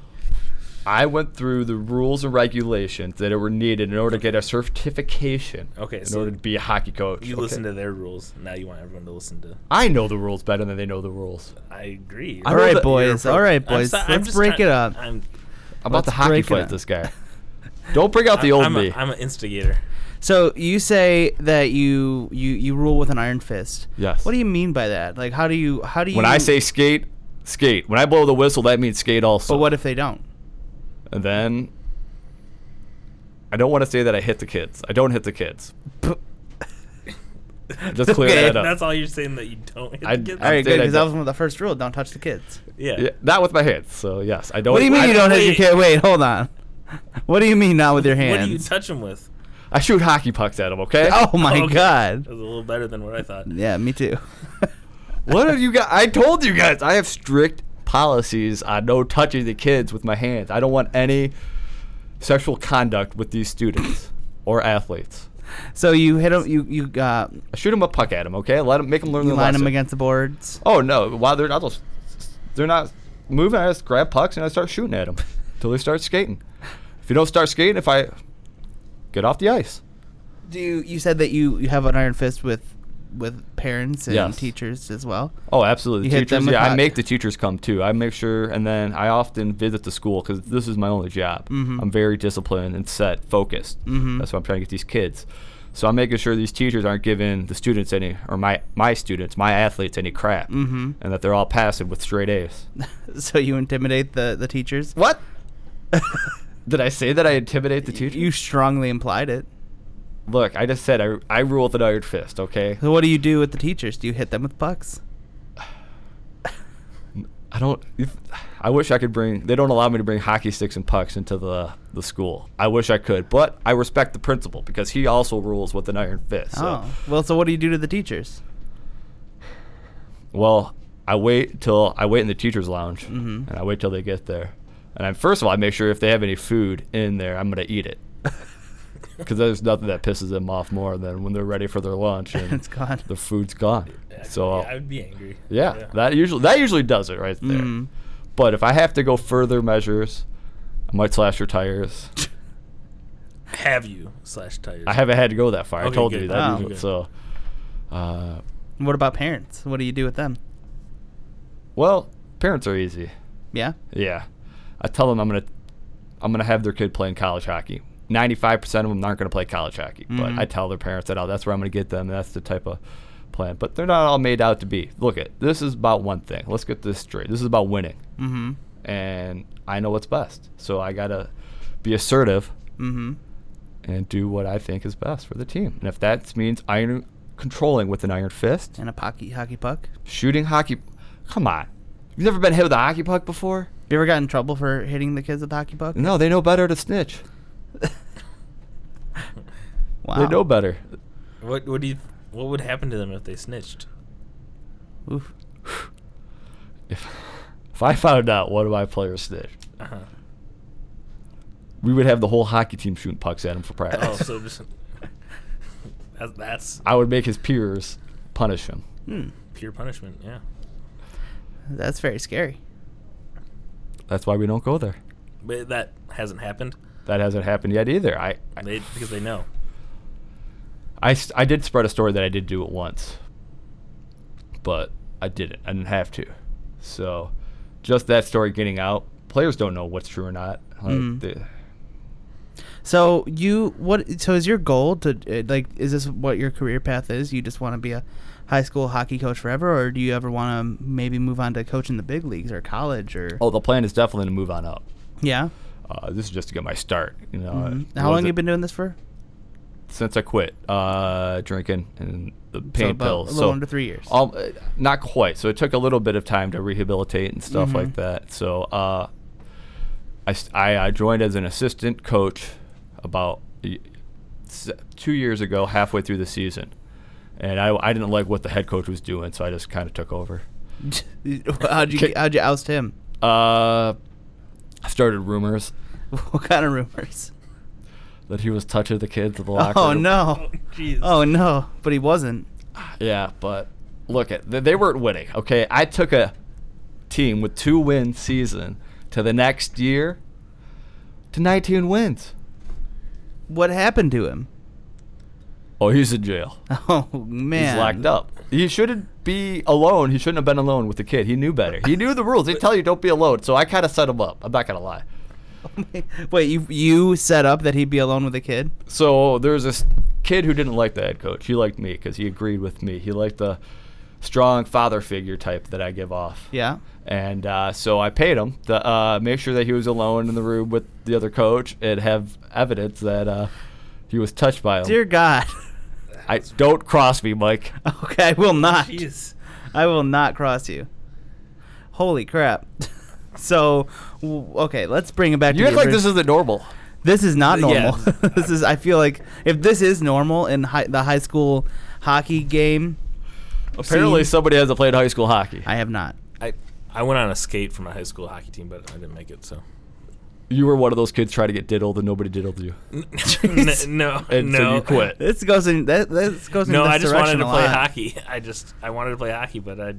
S4: I went through the rules and regulations that were needed in order to get a certification.
S3: Okay,
S4: In
S3: so
S4: order to be a hockey coach.
S3: You
S4: Okay.
S3: listen to their rules. Now you want everyone to listen to.
S4: I know the rules better than they know the rules.
S3: I agree.
S4: I
S2: all
S4: know
S2: right
S4: that you're a
S2: boys
S4: pro-
S2: all right
S3: I'm
S2: boys
S3: so- I'm
S2: let's
S3: just
S2: break
S3: trying-
S2: it up
S3: I'm,
S4: I'm about
S2: Let's
S4: to hockey
S2: break it
S4: fight
S2: up.
S4: this guy.
S2: (laughs)
S4: Don't bring out the old
S3: (laughs) I'm,
S4: me.
S3: a, I'm an instigator.
S2: So you say that you you you rule with an iron fist.
S4: Yes.
S2: What do you mean by that? Like how do you how do you
S4: when I say skate, skate. When I blow the whistle, that means skate also.
S2: But what if they don't?
S4: And then I don't want to say that I hit the kids. I don't hit the kids. (laughs) Just clear
S2: Okay,
S4: that up.
S3: That's all you're saying that you don't. Hit
S4: I-
S3: the kids?
S4: I-
S2: All right, good
S4: saying
S2: because that
S4: don't.
S2: was one of the first rule. Don't touch the kids.
S3: yeah.
S4: (laughs) Yeah, not with my hands. So yes, I don't.
S2: What do you mean
S4: I,
S2: you don't hit your
S3: wait.
S2: kid? Wait, hold on. (laughs) What do you mean not with your
S3: What do you
S2: hands?
S3: touch them with?
S4: I shoot hockey pucks at them. Okay.
S2: oh my
S3: (laughs) Okay. That
S2: god.
S3: was a little better than what I thought.
S2: Yeah, me too.
S4: (laughs)
S2: (laughs)
S4: What have you got? I told you guys. I have strict policies on no touching the kids with my hands. I don't want any sexual conduct with these (coughs) students or athletes.
S2: So you hit them. You you uh,
S4: I shoot them a puck at them, okay? Let them make them learn
S2: you
S4: the
S2: line
S4: lesson.
S2: them against the boards.
S4: Oh no! While they're not, those- they're not moving. I just grab pucks and I start
S2: (laughs)
S4: shooting at them until they start skating. If you don't start skating, if I get off the ice,
S2: Do you, you said that you, you have an iron fist with with parents and
S4: Yes.
S2: teachers as well?
S4: oh absolutely,
S2: You
S4: the
S2: hit them
S4: teachers.
S2: with
S4: Yeah, I
S2: hot-
S4: make the teachers come too. I make sure, and then I often visit the school because this is my only job.
S2: Mhm.
S4: I'm very disciplined and set, focused.
S2: Mhm.
S4: That's what I'm trying to get these kids. So I'm making sure these teachers aren't giving the students any, or my my students, my athletes, any crap,
S2: Mhm.
S4: and that they're all passing with straight A's.
S2: (laughs) So you intimidate the the teachers?
S4: (laughs) What? Did I say that I intimidate the teacher?
S2: You strongly implied it.
S4: Look, I just said I, I rule with an iron fist, okay?
S2: So what do you do with the teachers? Do you hit them with pucks?
S4: I don't. If, I wish I could bring. They don't allow me to bring hockey sticks and pucks into the, the school. I wish I could, but I respect the principal because he also rules with an iron fist. So.
S2: Oh, well. So what do you do to the teachers?
S4: Well, I wait till I wait in the teachers' lounge,
S2: Mhm.
S4: and I wait till they get there. And I, first of all, I make sure if they have any food in there, I'm gonna
S2: (laughs)
S4: eat it because there's nothing that pisses them off more than when they're ready for their lunch and
S2: (laughs) it's gone.
S4: the food's gone. So
S3: I would be angry.
S4: Yeah, that usually that usually does it right there.
S2: Mm.
S4: But if I have to go further measures, I might slash your tires.
S3: have you slash tires.
S4: I haven't had to go that far. I
S3: Okay,
S4: told
S3: good.
S4: you that.
S2: Oh.
S4: usually- So, uh,
S2: What about parents? What do you do with them?
S4: well, parents are easy.
S2: Yeah.
S4: Yeah, I tell them I'm gonna I'm gonna have their kid playing college hockey. Ninety five percent of them aren't gonna play college hockey, but
S3: Mm-hmm.
S2: Mhm.
S4: I tell their parents that oh, that's where I'm gonna get them. That's the type of plan. But they're not all made out to be. Look at this is about one thing. Let's get this straight. This is about winning.
S2: Mm-hmm.
S4: and I know what's best. So I gotta be assertive
S2: Mm-hmm.
S4: and do what I think is best for the team. And if that means iron controlling with an iron fist,
S2: And a hockey hockey puck.
S4: shooting hockey, come on, you've never been hit with a hockey puck before?
S2: You ever got in trouble for hitting the kids with the hockey puck?
S4: No, they know better to snitch.
S2: (laughs) Wow.
S4: They know better.
S3: What what do you what would happen to them if they snitched?
S2: Oof.
S4: If if I found out one of my players snitched,
S3: Uh-huh.
S4: we would have the whole hockey team shooting pucks at him for
S3: Oh,
S4: practice.
S3: so just that's, that's
S4: (laughs) I would make his peers punish him.
S2: Hmm.
S3: pure punishment. Yeah,
S2: That's very scary.
S4: That's why we don't go there.
S3: but that hasn't happened.
S4: That hasn't happened yet either. I, I
S3: They because they know.
S4: I, s- I did spread a story that I did do it once, but I didn't. I didn't have to. So, just that story getting out, players don't know what's true or not. Like,
S2: Mm.
S4: they-
S2: So you what? So is your goal to uh, like? Is this what your career path is? You just want to be a high school hockey coach forever, or do you ever want to maybe move on to coaching the big leagues or college or?
S4: oh, the plan is definitely to move on up.
S2: yeah.
S4: Uh, this is just to get my start. You know,
S2: Mhm.
S4: Uh, It
S2: How long
S4: wasn't-
S2: you been doing this for? (laughs)
S4: since I quit uh, drinking and the pain
S2: about
S4: pills?
S2: a little under three years.
S4: al- uh, not quite. So it took a little bit of time to rehabilitate and stuff
S2: Mhm.
S4: like that. So uh, I, s- I, uh, joined as an assistant coach about y- s- two years ago, halfway through the season. And I, I didn't like what the head coach was doing, so I just kind of took over.
S2: how'd you
S4: Kick-
S2: how'd you oust him? (laughs)
S4: Uh, I started rumors
S2: What kind of rumors?
S4: that he was touching the kids in the locker
S2: oh
S4: room.
S2: no!
S3: jeez.
S2: Oh no! But he wasn't.
S4: Yeah, but look at th- they weren't winning. Okay, I took a team with two win season to the next year to 19 wins.
S2: What happened to him? (laughs)
S4: Oh, he's in jail.
S2: Oh man!
S4: (laughs) He's locked up. He shouldn't be alone. He shouldn't have been alone with the kid. He knew better. He knew the rules. They tell you don't be alone. So I kind of set him up. I'm not gonna lie.
S2: (laughs) Wait, you you set up that he'd be alone with a kid?
S4: So there's this kid who didn't like the head coach. He liked me because he agreed with me. He liked the strong father figure type that I give off.
S2: Yeah.
S4: And uh, so I paid him to uh, make sure that he was alone in the room with the other coach and have evidence that uh, he was touched by him.
S2: Dear God. (laughs)
S4: I, don't cross me, Mike.
S2: Okay, I will not.
S3: Jeez.
S2: I will not cross you. Holy crap. (laughs) so, w- okay, let's bring it back
S4: You
S2: to
S4: act
S2: the
S4: like this
S2: orig-
S4: isn't normal.
S2: This is not
S3: Yeah.
S2: normal. (laughs) this is I feel like if this is normal in high, the high school hockey game,
S4: Apparently,
S2: See?
S4: somebody hasn't played high school hockey.
S2: I have not.
S3: I I went on a skate for my high school hockey team, but I didn't make it. So (laughs)
S4: you were one of those kids trying to get diddled and nobody diddled you. (laughs)
S3: N- no,
S4: And
S3: no,
S4: so you quit.
S2: This goes in. That, this goes in.
S3: No,
S2: this
S3: I just wanted
S2: direction
S3: to
S2: a
S3: play
S2: lot.
S3: hockey. (laughs) I just I wanted to play hockey, but I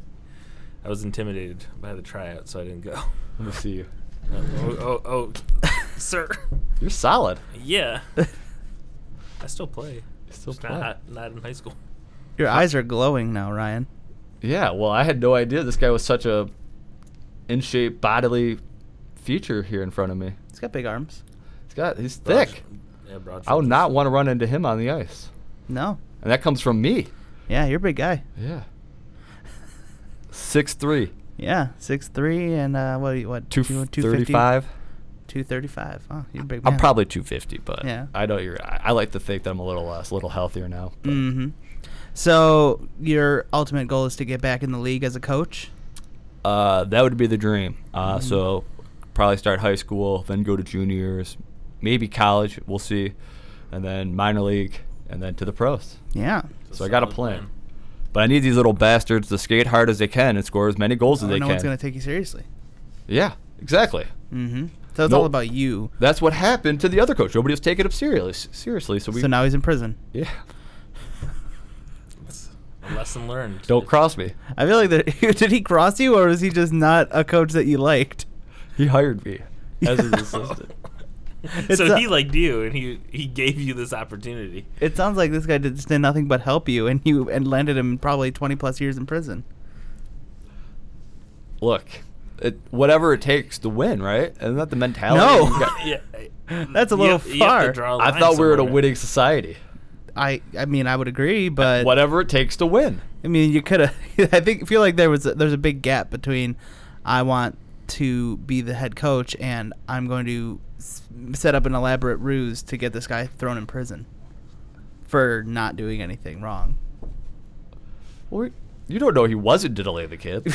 S3: I was intimidated by the tryout, so I didn't go.
S4: Let me see you.
S3: (laughs) Oh, oh,
S2: (laughs)
S3: oh sir.
S4: You're solid.
S3: Yeah, I still play.
S4: Still
S3: Just
S4: play.
S3: Not not in high school.
S2: (laughs) Your eyes are glowing now, Ryan.
S4: Yeah, well, I had no idea this guy was such a in shape bodily feature here in front of me.
S2: He's got big arms.
S4: He's got he's
S3: Broad-
S4: thick.
S3: Yeah, broad
S4: I would
S3: shoulders.
S4: not want to run into him on the ice,
S2: No.
S4: and that comes from me.
S2: Yeah, you're a big guy.
S4: Yeah, six three,
S2: Yeah, six three and uh, what? What?
S4: two thirty five.
S2: Two thirty-five. Oh, you're a big.
S4: I'm
S2: man.
S4: probably two fifty, but
S2: Yeah.
S4: I know you're. I, I like to think that I'm a little less, a little healthier now. but-
S2: Mm-hmm. So your ultimate goal is to get back in the league as a coach.
S4: Uh, that would be the dream. Uh,
S2: Mm-hmm.
S4: So probably start high school, then go to juniors, maybe college. We'll see, and then minor league, and then to the pros.
S2: Yeah.
S4: So I got a
S3: Solid
S4: plan. But I need these little bastards to skate hard as they can and score as many goals as
S2: Oh,
S4: they
S2: no
S4: can.
S2: one's gonna take you seriously.
S4: yeah, exactly.
S2: Mm-hmm. So it's
S4: No.
S2: all about you.
S4: That's what happened to the other coach. Nobody was taking him seriously. Seriously, so we
S2: so now he's in prison.
S4: yeah.
S3: It's a lesson learned. (laughs)
S4: Don't cross me.
S2: I feel like that. (laughs) Did he cross you, or was he just not a coach that you liked?
S4: He hired me as (laughs) his
S2: Yeah.
S4: assistant.
S2: It's
S3: so
S2: a-
S3: he liked you, and he he gave you this opportunity.
S2: It sounds like this guy did, just did nothing but help you, and you and landed him probably twenty plus years in prison.
S4: Look, it, whatever it takes to win, right? Isn't that the mentality?
S2: No.
S4: you
S3: (laughs)
S4: got-
S3: yeah,
S2: That's a
S3: You
S2: little
S3: have- you have to
S2: far.
S3: draw a
S4: I
S3: line
S4: thought we were in a
S3: somewhere.
S4: winning society.
S2: I I mean I would agree, but
S4: whatever it takes to win.
S2: I mean, you could have. (laughs) I think feel like there was a, there's a big gap between I want to be the head coach and I'm going to s- set up an elaborate ruse to get this guy thrown in prison for not doing anything wrong. (laughs)
S4: Well, you don't know he wasn't diddling the kid.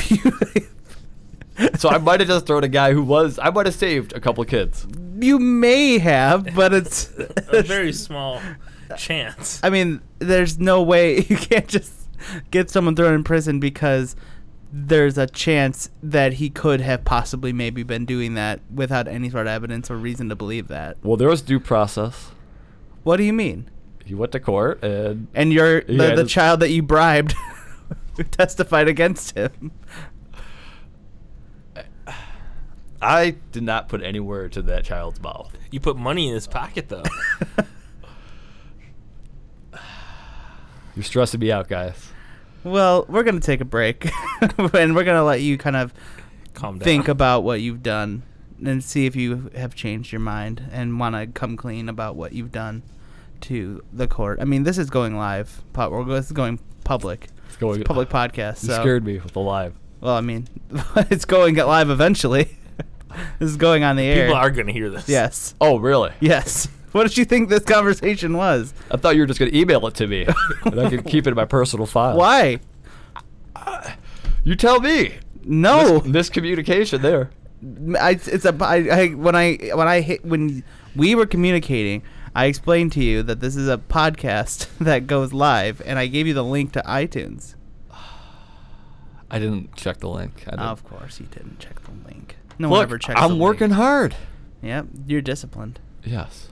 S4: (laughs) so I might have just thrown a guy who was. I might have saved a couple kids.
S2: you may have, but it's
S3: (laughs) a very small chance.
S2: I mean, there's no way (laughs) you can't just get someone thrown in prison because there's a chance that he could have possibly maybe been doing that without any sort of evidence or reason to believe that.
S4: Well, there was due process.
S2: What do you mean?
S4: He went to court and
S2: And you're the,
S4: Yeah,
S2: the
S4: this-
S2: child that you bribed (laughs) who testified against him. (laughs)
S4: I did not put any word to that child's mouth.
S3: You put money in his
S2: (laughs)
S3: pocket, though.
S4: You're stressing me out, guys.
S2: Well, we're going to take a break (laughs) and we're going to let you kind of
S3: Calm down.
S2: think about what you've done and see if you have changed your mind and want to come clean about what you've done to the court. I mean, this is going live. Pub- we're go- This is going public.
S4: It's going
S2: It's a public podcast.
S4: You
S2: so.
S4: scared me with the live.
S2: Well, I mean, (laughs) it's going live eventually. (laughs) this is going on the air.
S3: People are going to hear this.
S2: Yes.
S4: Oh, really?
S2: Yes. (laughs) What did you think this conversation was?
S4: I thought you were just going to email it to
S2: (laughs)
S4: me, and I could keep it in my personal file. Uh,
S2: Why?
S4: You tell me.
S2: No.
S4: Mis- miscommunication there.
S2: I, it's a I, I, when I when I hit, when we were communicating, I explained to you that this is a podcast (laughs) that goes live, and I gave you the link to iTunes.
S4: I didn't check the link. I didn't.
S2: Of course, you didn't check the link. No one
S4: Look,
S2: ever checks. the
S4: I'm working
S2: Link.
S4: hard.
S2: Yep, you're disciplined.
S4: Yes.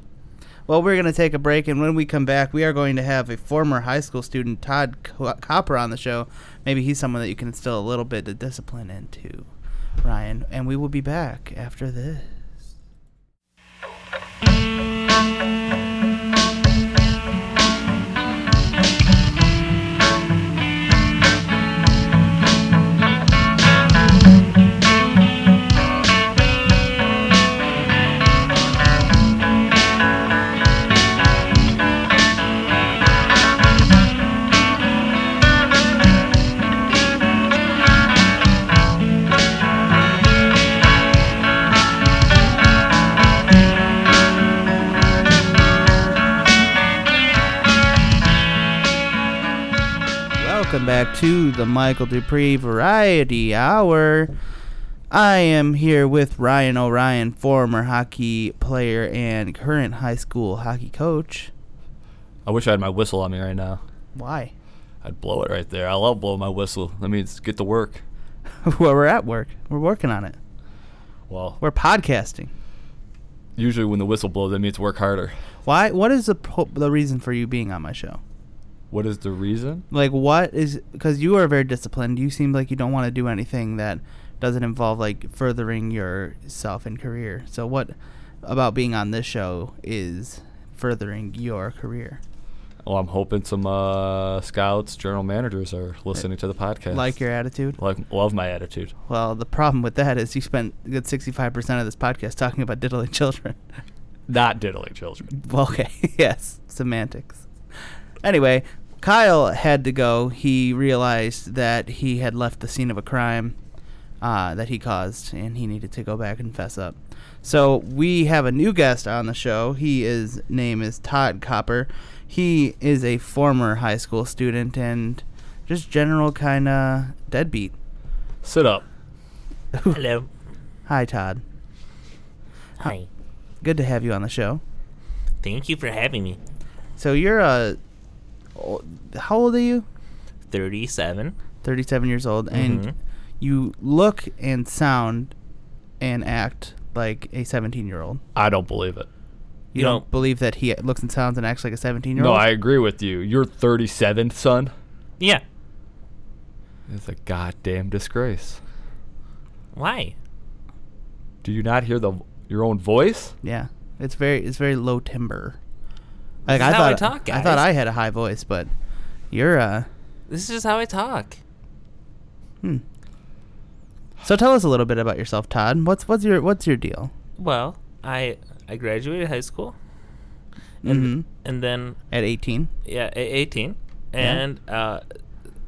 S2: Well, we're going to take a break, and when we come back, we are going to have a former high school student, Todd Co- Copper, on the show. Maybe he's someone that you can instill a little bit of discipline into, Ryan. And we will be back after this. Welcome back to the Michael Dupree Variety Hour. I am here with Ryan O'Ryan, former hockey player and current high school hockey coach.
S4: I wish I had my whistle on me right now.
S2: (laughs) Why?
S4: I'd blow it right there. I love blowing my whistle. That means get to work.
S2: well, we're at work. We're working on it.
S4: Well,
S2: We're podcasting.
S4: usually when the whistle blows, that means work harder.
S2: Why? What is the po- the reason for you being on my show?
S4: What is the reason?
S2: Like, what is because you are very disciplined. You seem like you don't want to do anything that doesn't involve like furthering yourself and career. So, what about being on this show is furthering your career?
S4: Well, I'm hoping some uh, scouts, general managers are listening to the podcast.
S2: Like your attitude.
S4: like love my attitude.
S2: Well, the problem with that is you spent a good sixty-five percent of this podcast talking about diddling children. (laughs)
S4: Not diddling children.
S2: Well, Okay, (laughs) yes, semantics. Anyway, Kyle had to go. He realized that he had left the scene of a crime uh, that he caused, and he needed to go back and fess up. So we have a new guest on the show. He is name is Todd Copper. He is a former high school student and just general kind of deadbeat. (laughs)
S4: Sit up.
S5: Hello.
S2: Hi, Todd.
S3: Hi.
S2: Good to have you on the show.
S3: Thank you for having me.
S2: So you're a. o- How old are you?
S3: 37.
S2: 37 years old
S3: Mhm.
S2: and you look and sound and act like a 17 year old
S4: I don't believe it.
S2: you
S3: You
S2: don't
S3: don't-
S2: believe that he looks and sounds and acts like a 17 year
S4: No,
S2: old
S4: I agree with you. You're 37, son.
S3: Yeah.
S4: It's a goddamn disgrace.
S3: Why?
S4: Do you not hear the your own voice?
S2: yeah it's very it's very low timbre like
S3: This
S2: i
S3: is how I
S2: thought
S3: talk,
S2: I thought
S3: guys.
S2: i had a high voice but you're uh
S3: This is just how I talk.
S2: hmm so tell us a little bit about yourself todd what's what's your what's your deal
S3: Well, I I graduated high school
S2: hmm
S3: and then
S2: at 18
S3: yeah, a- 18 and uh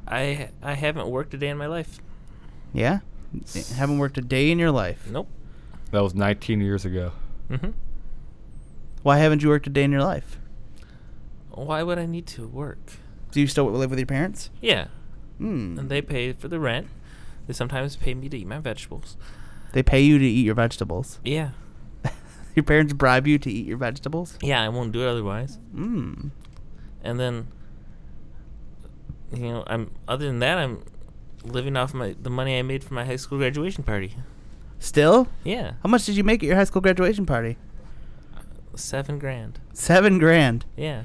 S3: I I haven't worked a day in my life.
S2: yeah haven't worked a day in your life
S3: Nope.
S4: That was 19 years ago.
S3: Mhm.
S2: why haven't you worked a day in your life
S3: Why would I need to work?
S2: do you still live with your parents
S3: Yeah.
S2: hmm
S3: And they pay for the rent. They sometimes pay me to eat my vegetables.
S2: They pay you to eat your vegetables. (laughs)
S3: Yeah.
S2: Your parents bribe you to eat your vegetables.
S3: Yeah, I won't do it otherwise.
S2: Mm.
S3: and then you know i'm other than that i'm living off my the money i made for my high school graduation party
S2: Still,
S3: yeah
S2: how much did you make at your high school graduation party?
S3: seven grand
S2: Seven grand.
S3: yeah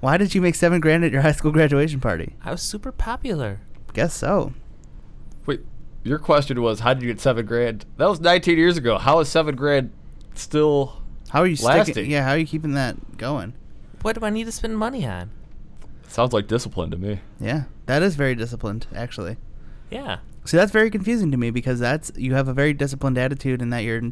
S2: Why did you make seven grand at your high school graduation party?
S3: i was super popular
S2: Guess so.
S4: Wait, your question was how did you get seven grand? That was 19 years ago. How is seven grand still?
S2: How are you sticking?
S4: Lasting.
S2: Yeah, how are you keeping that going?
S3: what do i need to spend money on
S4: Sounds like discipline to me.
S2: Yeah, that is very disciplined, actually.
S3: yeah
S2: See, that's very confusing to me because that's you have a very disciplined attitude, and that you're,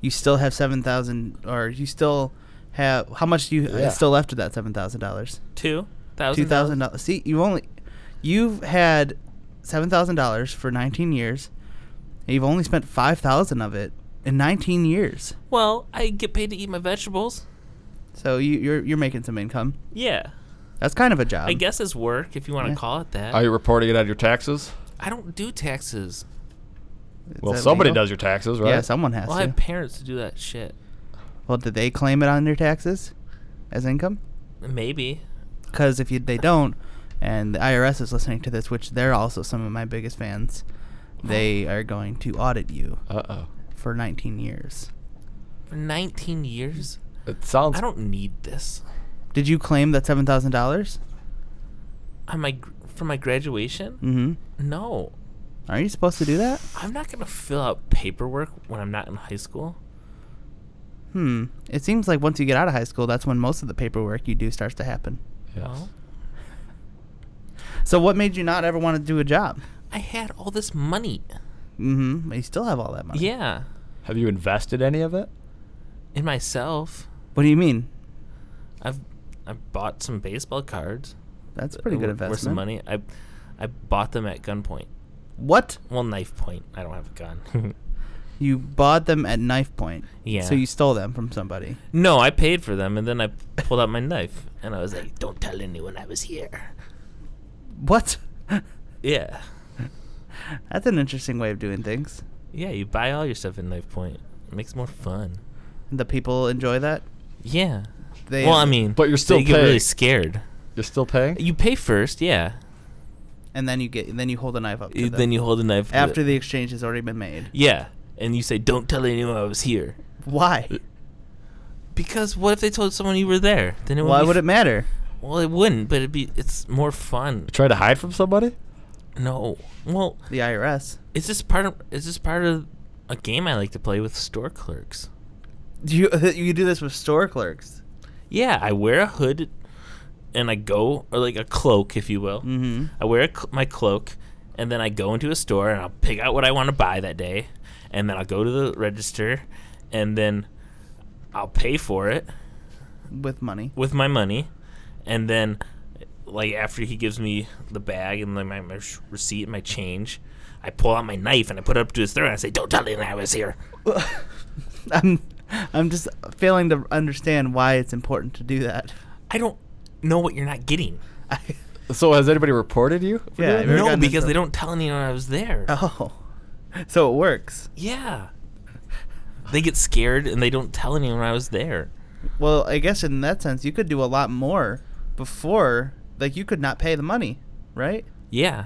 S2: you still have seven thousand, or you still have how much do you
S4: Yeah.
S2: it's still left of that seven thousand dollars?
S3: two
S2: two
S3: thousand
S2: thousand dollars. See, you only you've had seven thousand dollars for nineteen years. And you've only spent five thousand of it in nineteen years.
S3: well i get paid to eat my vegetables
S2: So you, you're you're making some income.
S3: yeah
S2: That's kind of a job.
S3: i guess it's work if you want to
S2: Um, yeah.
S3: call it that
S4: Are you reporting it on your taxes?
S3: i don't do taxes
S2: Is
S4: Well,
S2: that
S4: somebody
S2: legal?
S4: does your taxes, right?
S2: Yeah, someone has
S3: well i
S2: to.
S3: have parents to do that shit
S2: well, did they claim it on their taxes as income?
S3: maybe
S2: Because if you, they don't, and the IRS is listening to this, which they're also some of my biggest fans, they are going to audit you
S4: Uh oh.
S2: for 19 years.
S3: for 19 years
S4: It sounds.
S3: i don't need this
S2: Did you claim that seven thousand dollars?
S3: on my gr- for my graduation
S2: Mm-hmm.
S3: No,
S2: Are you supposed to do that?
S3: I'm not gonna fill out paperwork when I'm not in high school.
S2: Hmm. It seems like once you get out of high school, that's when most of the paperwork you do starts to happen.
S4: Yes.
S3: Well,
S2: So what made you not ever want to do a job?
S3: I had all this money.
S2: Mm-hmm. You still have all that money.
S3: Yeah,
S4: Have you invested any of it?
S3: in myself,
S2: What do you mean?
S3: I've I bought some baseball cards.
S2: That's a pretty
S3: that
S2: good
S3: were
S2: investment.
S3: Worth some money. I I bought them at gunpoint.
S2: What?
S3: Well, knife point. I don't have a gun. (laughs)
S2: You bought them at knife point.
S3: Yeah.
S2: So you stole them from somebody.
S3: no, I paid for them, and then I pulled out my knife, and I was like, "Don't tell anyone I was here."
S2: What? (laughs)
S3: Yeah,
S2: that's an interesting way of doing things.
S3: yeah. You buy all your stuff at knife point. It makes it more fun.
S2: The people enjoy that.
S3: Yeah.
S2: They-
S3: well, I mean,
S4: But you're still
S3: they get really
S4: paying.
S3: scared.
S4: You're still paying?
S3: You pay first, yeah.
S2: And then you get then you hold a knife up. To
S3: You-
S2: them.
S3: Then you hold a knife. to
S2: after the exchange has already been made.
S3: yeah, and you say, "Don't tell anyone I was here,"
S2: Why?
S3: Because what if they told someone you were there? Then it
S2: Why
S3: be
S2: would
S3: f-
S2: it matter?
S3: Well, it wouldn't, but it'd be. It's more fun.
S4: Try to hide from somebody?
S3: No. Well,
S2: The IRS.
S3: is this part of? Is this part of a game I like to play with store clerks?
S2: Do you (laughs) you do this with store clerks?
S3: Yeah, I wear a hood, and I go or like a cloak, if you will.
S2: Mm-hmm.
S3: I wear a cl- my cloak, and then I go into a store and I'll pick out what I want to buy that day, and then I'll go to the register, and then I'll pay for it
S2: With money. (laughs)
S3: with my money, and then like after he gives me the bag and like my, my sh- receipt and my change, I pull out my knife and I put it up to his throat and I say, "Don't tell anyone I was here."
S2: I'm I'm just failing to understand why it's important to do that. (laughs)
S3: I don't know what you're not getting.
S2: I,
S4: So has anybody reported you? for
S2: Yeah,
S4: doing
S2: I've
S4: that?
S2: never
S3: No,
S2: gotten
S3: because
S2: into-
S3: they don't tell anyone I was there.
S2: oh, so it works.
S3: Yeah, they get scared and they don't tell anyone I was there.
S2: Well, I guess in that sense, you could do a lot more before. Like you could not pay the money, right?
S3: Yeah.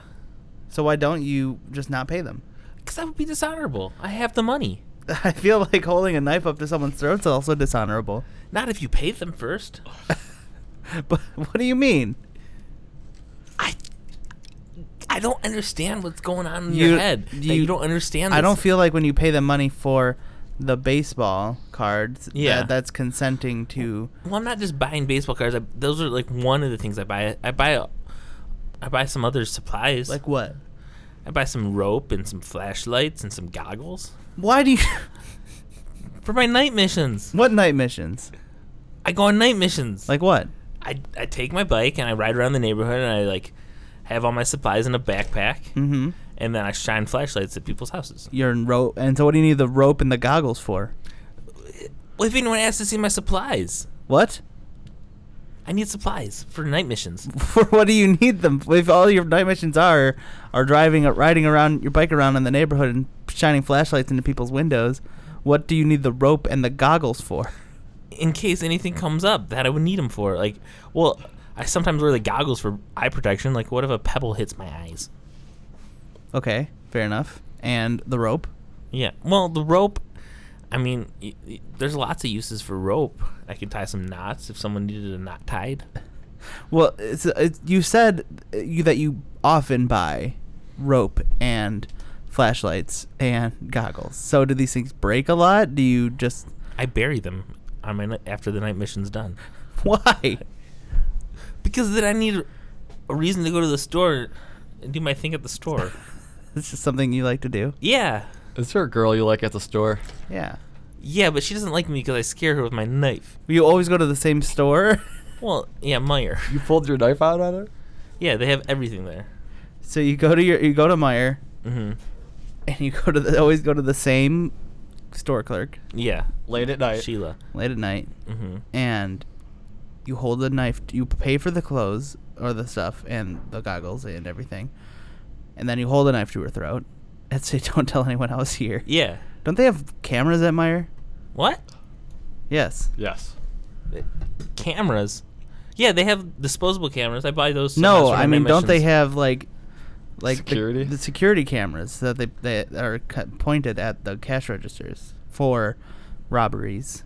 S2: So why don't you just not pay them? (laughs)
S3: Because that would be dishonorable. I have the money.
S2: I feel like holding a knife up to someone's throat is also dishonorable. (laughs)
S3: Not if you pay them first.
S2: But what do you mean?
S3: I I don't understand what's going on in
S2: You-
S3: your head. that You,
S2: you-
S3: don't understand. This.
S2: I don't feel like when you pay them money for the baseball cards,
S3: Yeah.
S2: that, that's consenting to.
S3: Well, I'm not just buying baseball cards. I, those are like one of the things I buy. I buy. a- I buy some other supplies.
S2: Like what?
S3: I buy some rope and some flashlights and some goggles
S2: Why do you? (laughs)
S3: for my night missions.
S2: what night missions?
S3: I go on night missions.
S2: Like what?
S3: I I take my bike and I ride around the neighborhood and I like have all my supplies in a backpack
S2: Mm-hmm.
S3: and then I shine flashlights at people's houses.
S2: You're in rope, and so what do you need the rope and the goggles for?
S3: Well, if anyone asks to see my supplies,
S2: What? (laughs)
S3: I need supplies for night missions.
S2: For what do you need them? If all your night missions are are driving, riding around your bike around in the neighborhood and shining flashlights into people's windows, what do you need the rope and the goggles for? (laughs)
S3: In case anything comes up that I would need them for. Like, well, I sometimes wear the goggles for eye protection. Like, what if a pebble hits my eyes?
S2: Okay, fair enough. And the rope.
S3: Yeah. Well, the rope. I mean, y- y- there's lots of uses for rope. I could tie some knots if someone needed a knot tied.
S2: Well, it's, it's, you said uh, you that you often buy rope and flashlights and goggles. So do these things break a lot? Do you just (laughs)
S3: I bury them on my ni- after the night mission's done
S2: why?
S3: because then I need a reason to go to the store and do my thing at the store.
S2: It's just something you like to do.
S3: yeah.
S4: Is there a girl you like at the store? (laughs)
S2: Yeah.
S3: Yeah, but she doesn't like me because I scare her with my knife.
S2: You always go to the same store, (laughs)
S3: Well, yeah, Meyer.
S4: You pulled your knife out on her?
S3: (laughs) Yeah, they have everything there.
S2: so you go to your you go to Meyer,
S3: hmm
S2: and you go to the, always go to the same store clerk
S3: Yeah,
S2: (laughs)
S4: Late at night.
S3: Sheila.
S2: late at night,
S3: hmm
S2: and you hold the knife. You pay for the clothes or the stuff and the goggles and everything, and then you hold a knife to her throat (laughs) and say, "Don't tell anyone I was here."
S3: Yeah.
S2: Don't they have cameras at Meyer?
S3: What?
S2: Yes.
S4: yes.
S3: Cameras. Yeah, they have disposable cameras. I buy those.
S2: No,
S3: sometimes for
S2: I
S3: my
S2: mean, don't they
S3: missions.
S2: have like, like the-
S4: Security?
S2: The, security cameras that they that are cut, pointed at the cash registers for robberies.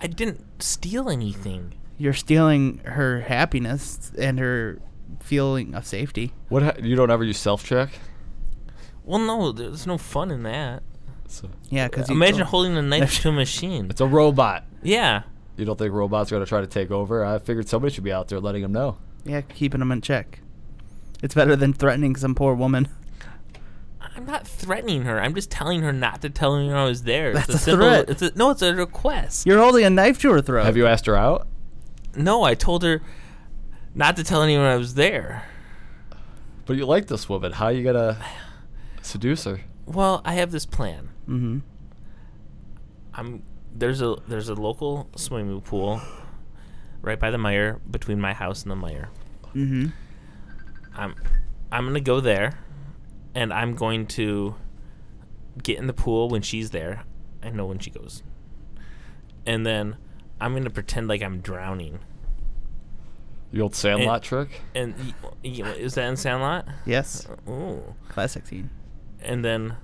S3: I didn't steal anything.
S2: You're stealing her happiness and her feeling of safety.
S4: What ha- you don't ever use self check?
S3: Well, no, there's no fun in that.
S4: So
S2: Yeah, because
S3: Imagine holding a
S2: (laughs)
S3: knife to a machine.
S4: it's a robot.
S3: Yeah.
S4: You don't think robots are going to try to take over? I figured somebody should be out there letting them know.
S2: Yeah, keeping them in check. It's better than threatening some poor woman.
S3: I'm not threatening her. I'm just telling her not to tell anyone I was there.
S2: That's
S3: it's
S2: a
S3: a, simple,
S2: threat.
S3: It's a, no, it's a request.
S2: You're holding a knife to her throat.
S4: Have you asked her out?
S3: no, I told her not to tell anyone I was there.
S4: But you like this woman. How you going
S3: (sighs)
S4: to seduce her?
S3: Well, I have this plan.
S2: Mm-hmm.
S3: I'm there's a there's a local swimming pool right by the mire between my house and the mire.
S2: Mm-hmm.
S3: I'm I'm gonna go there, and I'm going to get in the pool when she's there. I know when she goes, and then I'm gonna pretend like I'm drowning.
S4: The old sandlot
S3: It-
S4: trick?
S3: And y- y- is that in Sandlot? Uh,
S2: Yes.
S3: Ooh.
S2: Classic
S4: (laughs)
S2: scene.
S3: and then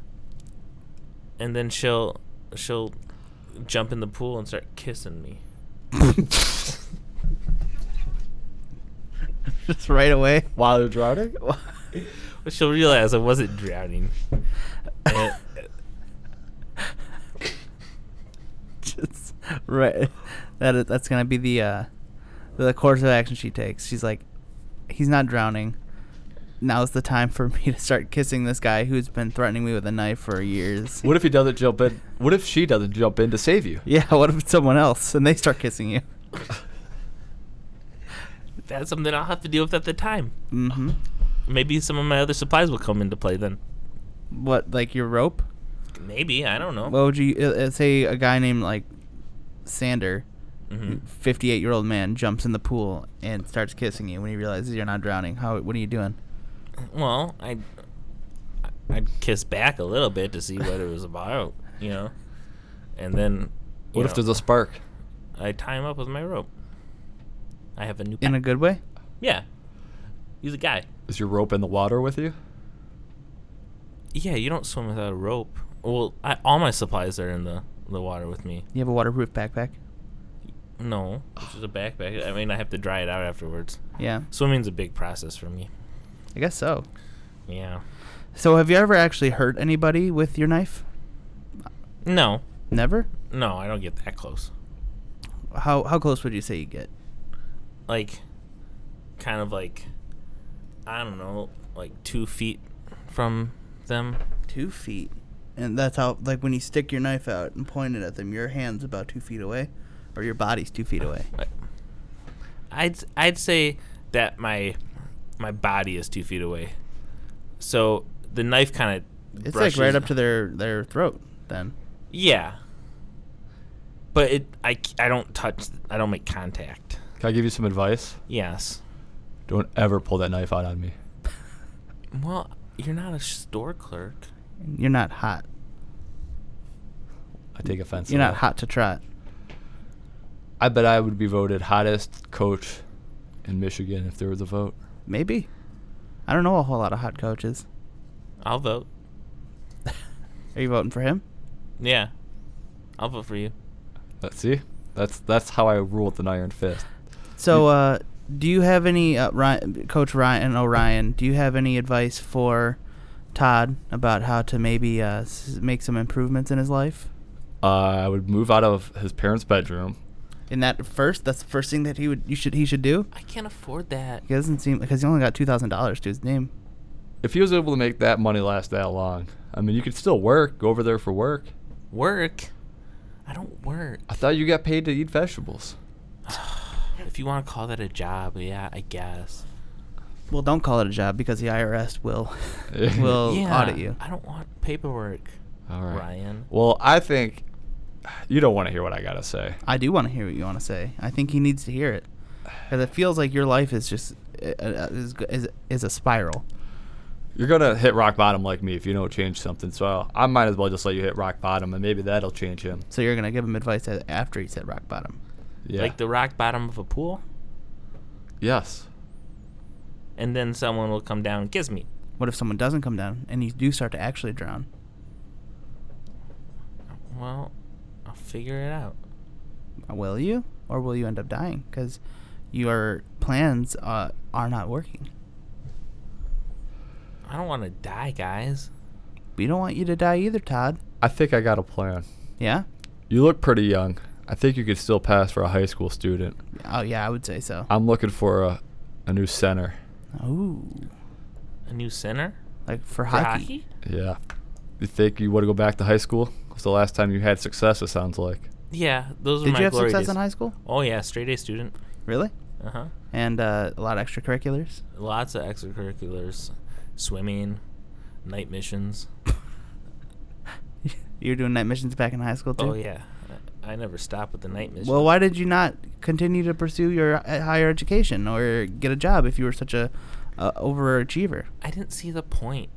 S3: and then she'll she'll jump in the pool and start kissing me
S2: Just right away.
S6: While you're
S3: (laughs)
S6: drowning?
S3: She'll realize I wasn't drowning. And-
S2: Just right. That is, that's gonna be the uh, the course of action she takes. She's like, he's not drowning. Now's the time for me to start kissing this guy who's been threatening me with a knife for years.
S4: What if he doesn't jump in? What if she doesn't jump in to save you? (laughs)
S2: Yeah, (laughs) what if it's someone else and they start kissing you?
S3: that's something I'll have to deal with at the time.
S2: Mm-hmm.
S3: Maybe some of my other supplies will come into play then.
S2: What, like your rope?
S3: Maybe I don't know.
S2: What would you uh, uh, say? A guy named like Sander,
S3: Mhm.
S2: 58 year old man, jumps in the pool and starts kissing you when he realizes you're not drowning. How? What are you doing?
S3: Well, I would I'd kiss back a little bit to see what it was about, you know. And then you
S4: What if
S3: know,
S4: there's a spark?
S3: I tie him up with my rope. I have a new
S2: In a
S3: pack.
S2: good way?
S3: yeah. He's a guy.
S4: Is your rope in the water with you?
S3: Yeah, you don't swim without a rope. Well, I, all my supplies are in the the water with me.
S2: You have a waterproof backpack?
S3: No, it's just a backpack. I mean, I have to dry it out afterwards.
S2: Yeah,
S3: Swimming's a big process for me.
S2: I guess so.
S3: Yeah.
S2: So, have you ever actually hurt anybody with your knife?
S3: No,
S2: Never.
S3: no, I don't get that close.
S2: How how close would you say you get?
S3: like kind of like I don't know, like two feet from them.
S2: Two feet. And that's how, like, when you stick your knife out and point it at them, your hand's about two feet away, or your body's two feet away.
S3: Like, I'd I'd say that my my body is two feet away, so the knife kind of
S2: It's like right up to their their throat. Then
S3: yeah. But it I c- I don't touch I don't make contact.
S4: Can I give you some advice?
S3: Yes.
S4: Don't ever pull that knife out on me.
S3: Well, you're not a store clerk.
S2: you're not hot.
S4: I take offense. to
S2: You're not
S4: that.
S2: hot to trot.
S4: I bet I would be voted hottest coach in Michigan if there was a vote.
S2: Maybe. I don't know a whole lot of hot coaches.
S3: I'll vote.
S2: Are you voting for him?
S3: (laughs) Yeah. I'll vote for you.
S4: Let's see. That's that's how I rule with an iron fist.
S2: So, uh, do you have any uh, Ryan, Coach Ryan O'Ryan? Do you have any advice for Todd about how to maybe uh, s- make some improvements in his life?
S4: Uh, I would move out of his parents' bedroom.
S2: In that first, that's the first thing that he would you should he should do.
S3: I can't afford that.
S2: He doesn't seem because he only got two thousand dollars to his name.
S4: If he was able to make that money last that long, I mean, you could still work. Go over there for work.
S3: Work? I don't work. (sighs)
S4: I thought you got paid to eat vegetables.
S3: If you want to call that a job, yeah, I guess.
S2: Well, don't call it a job because the IRS will will
S3: yeah,
S2: audit you.
S3: I don't want paperwork,
S4: All right.
S3: Ryan.
S4: Well, I think you don't want to hear what I gotta say.
S2: I do want to hear what you want to say. I think he needs to hear it because it feels like your life is just uh, uh, is, is is a spiral.
S4: You're gonna hit rock bottom like me if you don't change something. So I might as well just let you hit rock bottom, and maybe that'll change him.
S2: So you're gonna give him advice a- after he's hit rock bottom.
S4: Yeah.
S3: Like the rock bottom of a pool,
S4: yes.
S3: and then someone will come down and kiss me.
S2: What if someone doesn't come down and you do start to actually drown?
S3: Well, I'll figure it out.
S2: Uh, Will you, or will you end up dying because your plans uh, are not working?
S3: I don't want to die, guys.
S2: We don't want you to die either, Todd.
S4: I think I got a plan.
S2: Yeah.
S4: You look pretty young. I think you could still pass for a high school student.
S2: Oh yeah, I would say so.
S4: I'm looking for a, a new center.
S2: Ooh,
S3: A new center?
S2: like for
S3: For
S2: hockey.
S4: Yeah. You think you want to go back to high school? It's the last time you had success, it sounds like.
S3: Yeah, those are
S2: Did
S3: my
S2: you have
S3: glory
S2: success
S3: days.
S2: in high school?
S3: Oh yeah, straight A student.
S2: Really?
S3: Uh huh.
S2: And uh, a lot of extracurriculars. (laughs)
S3: Lots of extracurriculars, swimming,
S2: (laughs)
S3: night missions.
S2: you were doing night missions back in high school too.
S3: Oh yeah, I, I never stop with the night mission.
S2: Well, why did you not continue to pursue your h- higher education or get a job if you were such a uh, overachiever?
S3: I didn't see the point.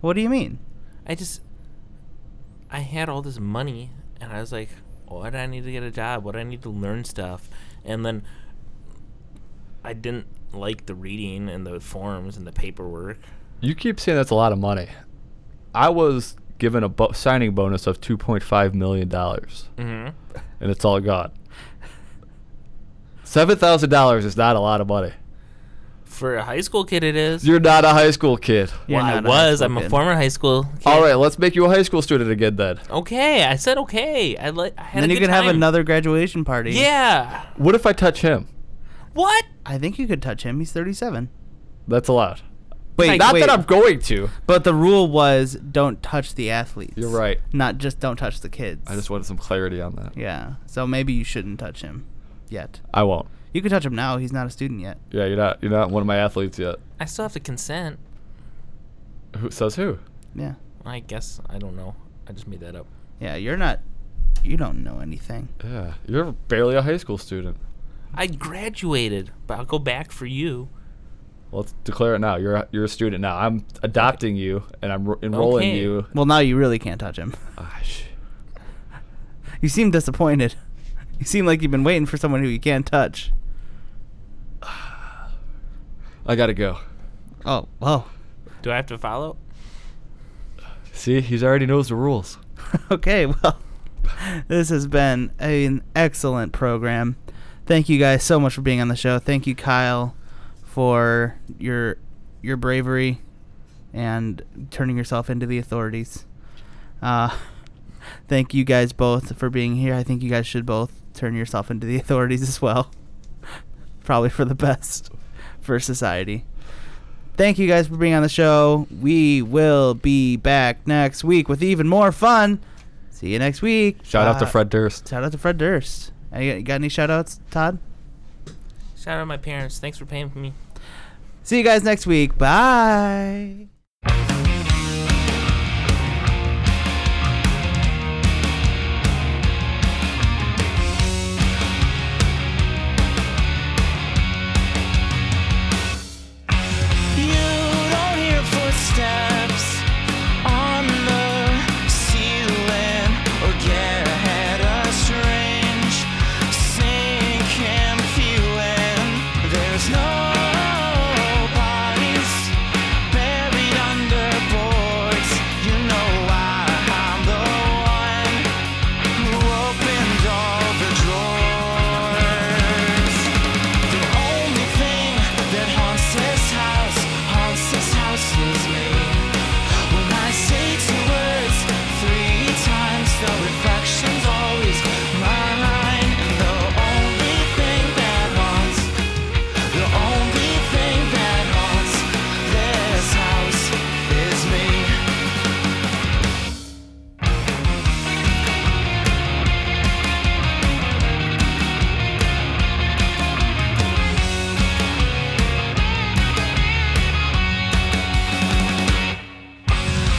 S2: What do you mean?
S3: I just I had all this money and I was like, what do I need to get a job? What do I need to learn stuff? And then I didn't like the reading and the forms and the paperwork.
S4: You keep saying that's a lot of money. I was given a bo- signing bonus of $2.5 million, and
S3: Mm-hmm.
S4: it's all gone. Seven thousand dollars is not a lot of money.
S7: For a high school kid, it is.
S4: You're not a high school kid.
S2: You're
S7: well, I
S2: not a high
S7: was.
S2: school
S7: I'm a
S2: kid.
S7: former high school. Kid.
S4: All right, let's make you a high school student again then.
S7: Okay, I said okay. I let. I had
S2: And then
S7: a
S2: you
S7: good
S2: could have
S7: time.
S2: another graduation party.
S7: Yeah.
S4: What if I touch him?
S7: What?
S2: I think you could touch him. He's 37.
S4: That's allowed.
S2: Wait,
S4: not
S2: wait.
S4: that I'm going to.
S2: But the rule was don't touch the athletes.
S4: You're right.
S2: Not just don't touch the kids.
S4: I just wanted some clarity on that.
S2: Yeah. So maybe you shouldn't touch him yet.
S4: I won't.
S2: You could touch him now. He's not a student yet.
S4: Yeah, you're not. You're not one of my athletes yet.
S7: I still have to consent.
S4: Who says who?
S2: Yeah.
S7: I guess I don't know. I just made that up.
S2: Yeah, you're not. You don't know anything.
S4: Yeah, you're barely a high school student.
S7: I graduated, but I'll go back for you.
S4: Let's declare it now. You're a, you're a student now. I'm adopting you and I'm ro- enrolling
S7: Okay.
S4: you.
S2: Well, now you really can't touch him. (laughs)
S4: Ah, sh-
S2: You seem disappointed. You seem like you've been waiting for someone who you can't touch.
S4: I gotta go.
S2: Oh, well. (laughs)
S7: Do I have to follow?
S4: See, he's already knows the rules.
S2: okay, well, this has been an excellent program. Thank you guys so much for being on the show. Thank you, Kyle, for your your bravery and turning yourself into the authorities. Uh, thank you guys both for being here. I think you guys should both turn yourself into the (laughs) authorities as well. Probably for the best for society. Thank you guys for being on the show. We will be back next week with even more fun. See you next week.
S4: Shout out to
S2: Bye.
S4: Fred Durst.
S2: Shout out to Fred Durst. Any- Got any shout outs, Todd?
S7: Shout out to my parents. Thanks for paying for me.
S2: See you guys next week. Bye.
S8: You don't hear footsteps on the ceiling or get ahead a strange sinking feeling. There's no bodies buried under boards. You know why I'm the one who opened all the drawers. The only thing that haunts this house, haunts this house is me. When I say two words three times, the reflection's always mine. And the only thing that haunts, the only thing that haunts this house is me.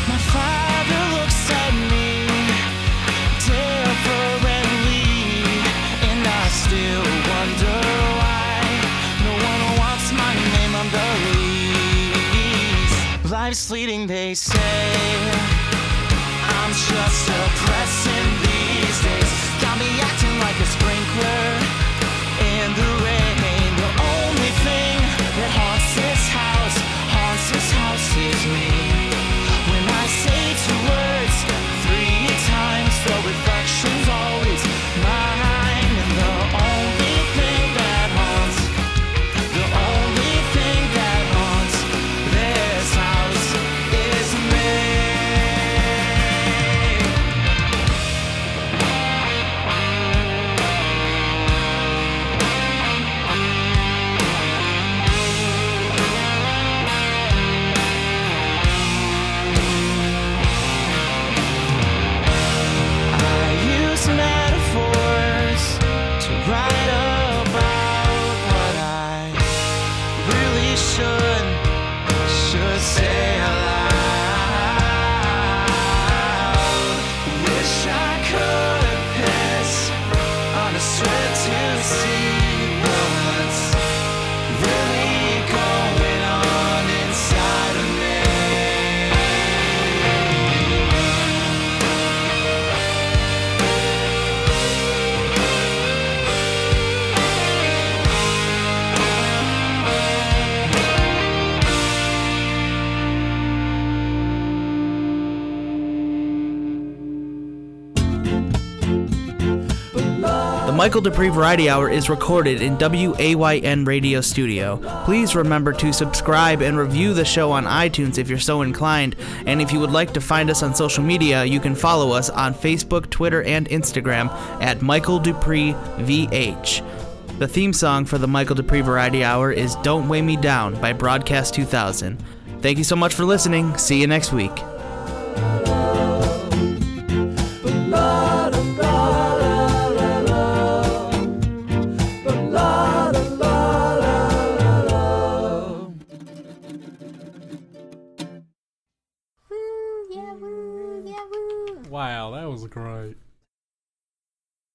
S8: My father looks at me differently, and I still wonder why no one wants my name on the lease. Life's fleeting, they say. I'm just depressing these days. Got me acting like a sprinkler in the rain. The only thing that haunts this house, haunts this house is me. When I say two words three times, the reflection's always mine. And the only thing that haunts, the only thing that haunts this house is me.
S2: Michael Dupree Variety Hour is recorded in WAYN Radio Studio. Please remember to subscribe and review the show on iTunes if you're so inclined. And if you would like to find us on social media, you can follow us on Facebook, Twitter, and Instagram at Michael Dupree VH. The theme song for the Michael Dupree Variety Hour is Don't Weigh Me Down by Broadcast 2000. Thank you so much for listening. See you next week.
S9: Woo, yeah, woo, yeah, woo.
S10: Wow, that was great.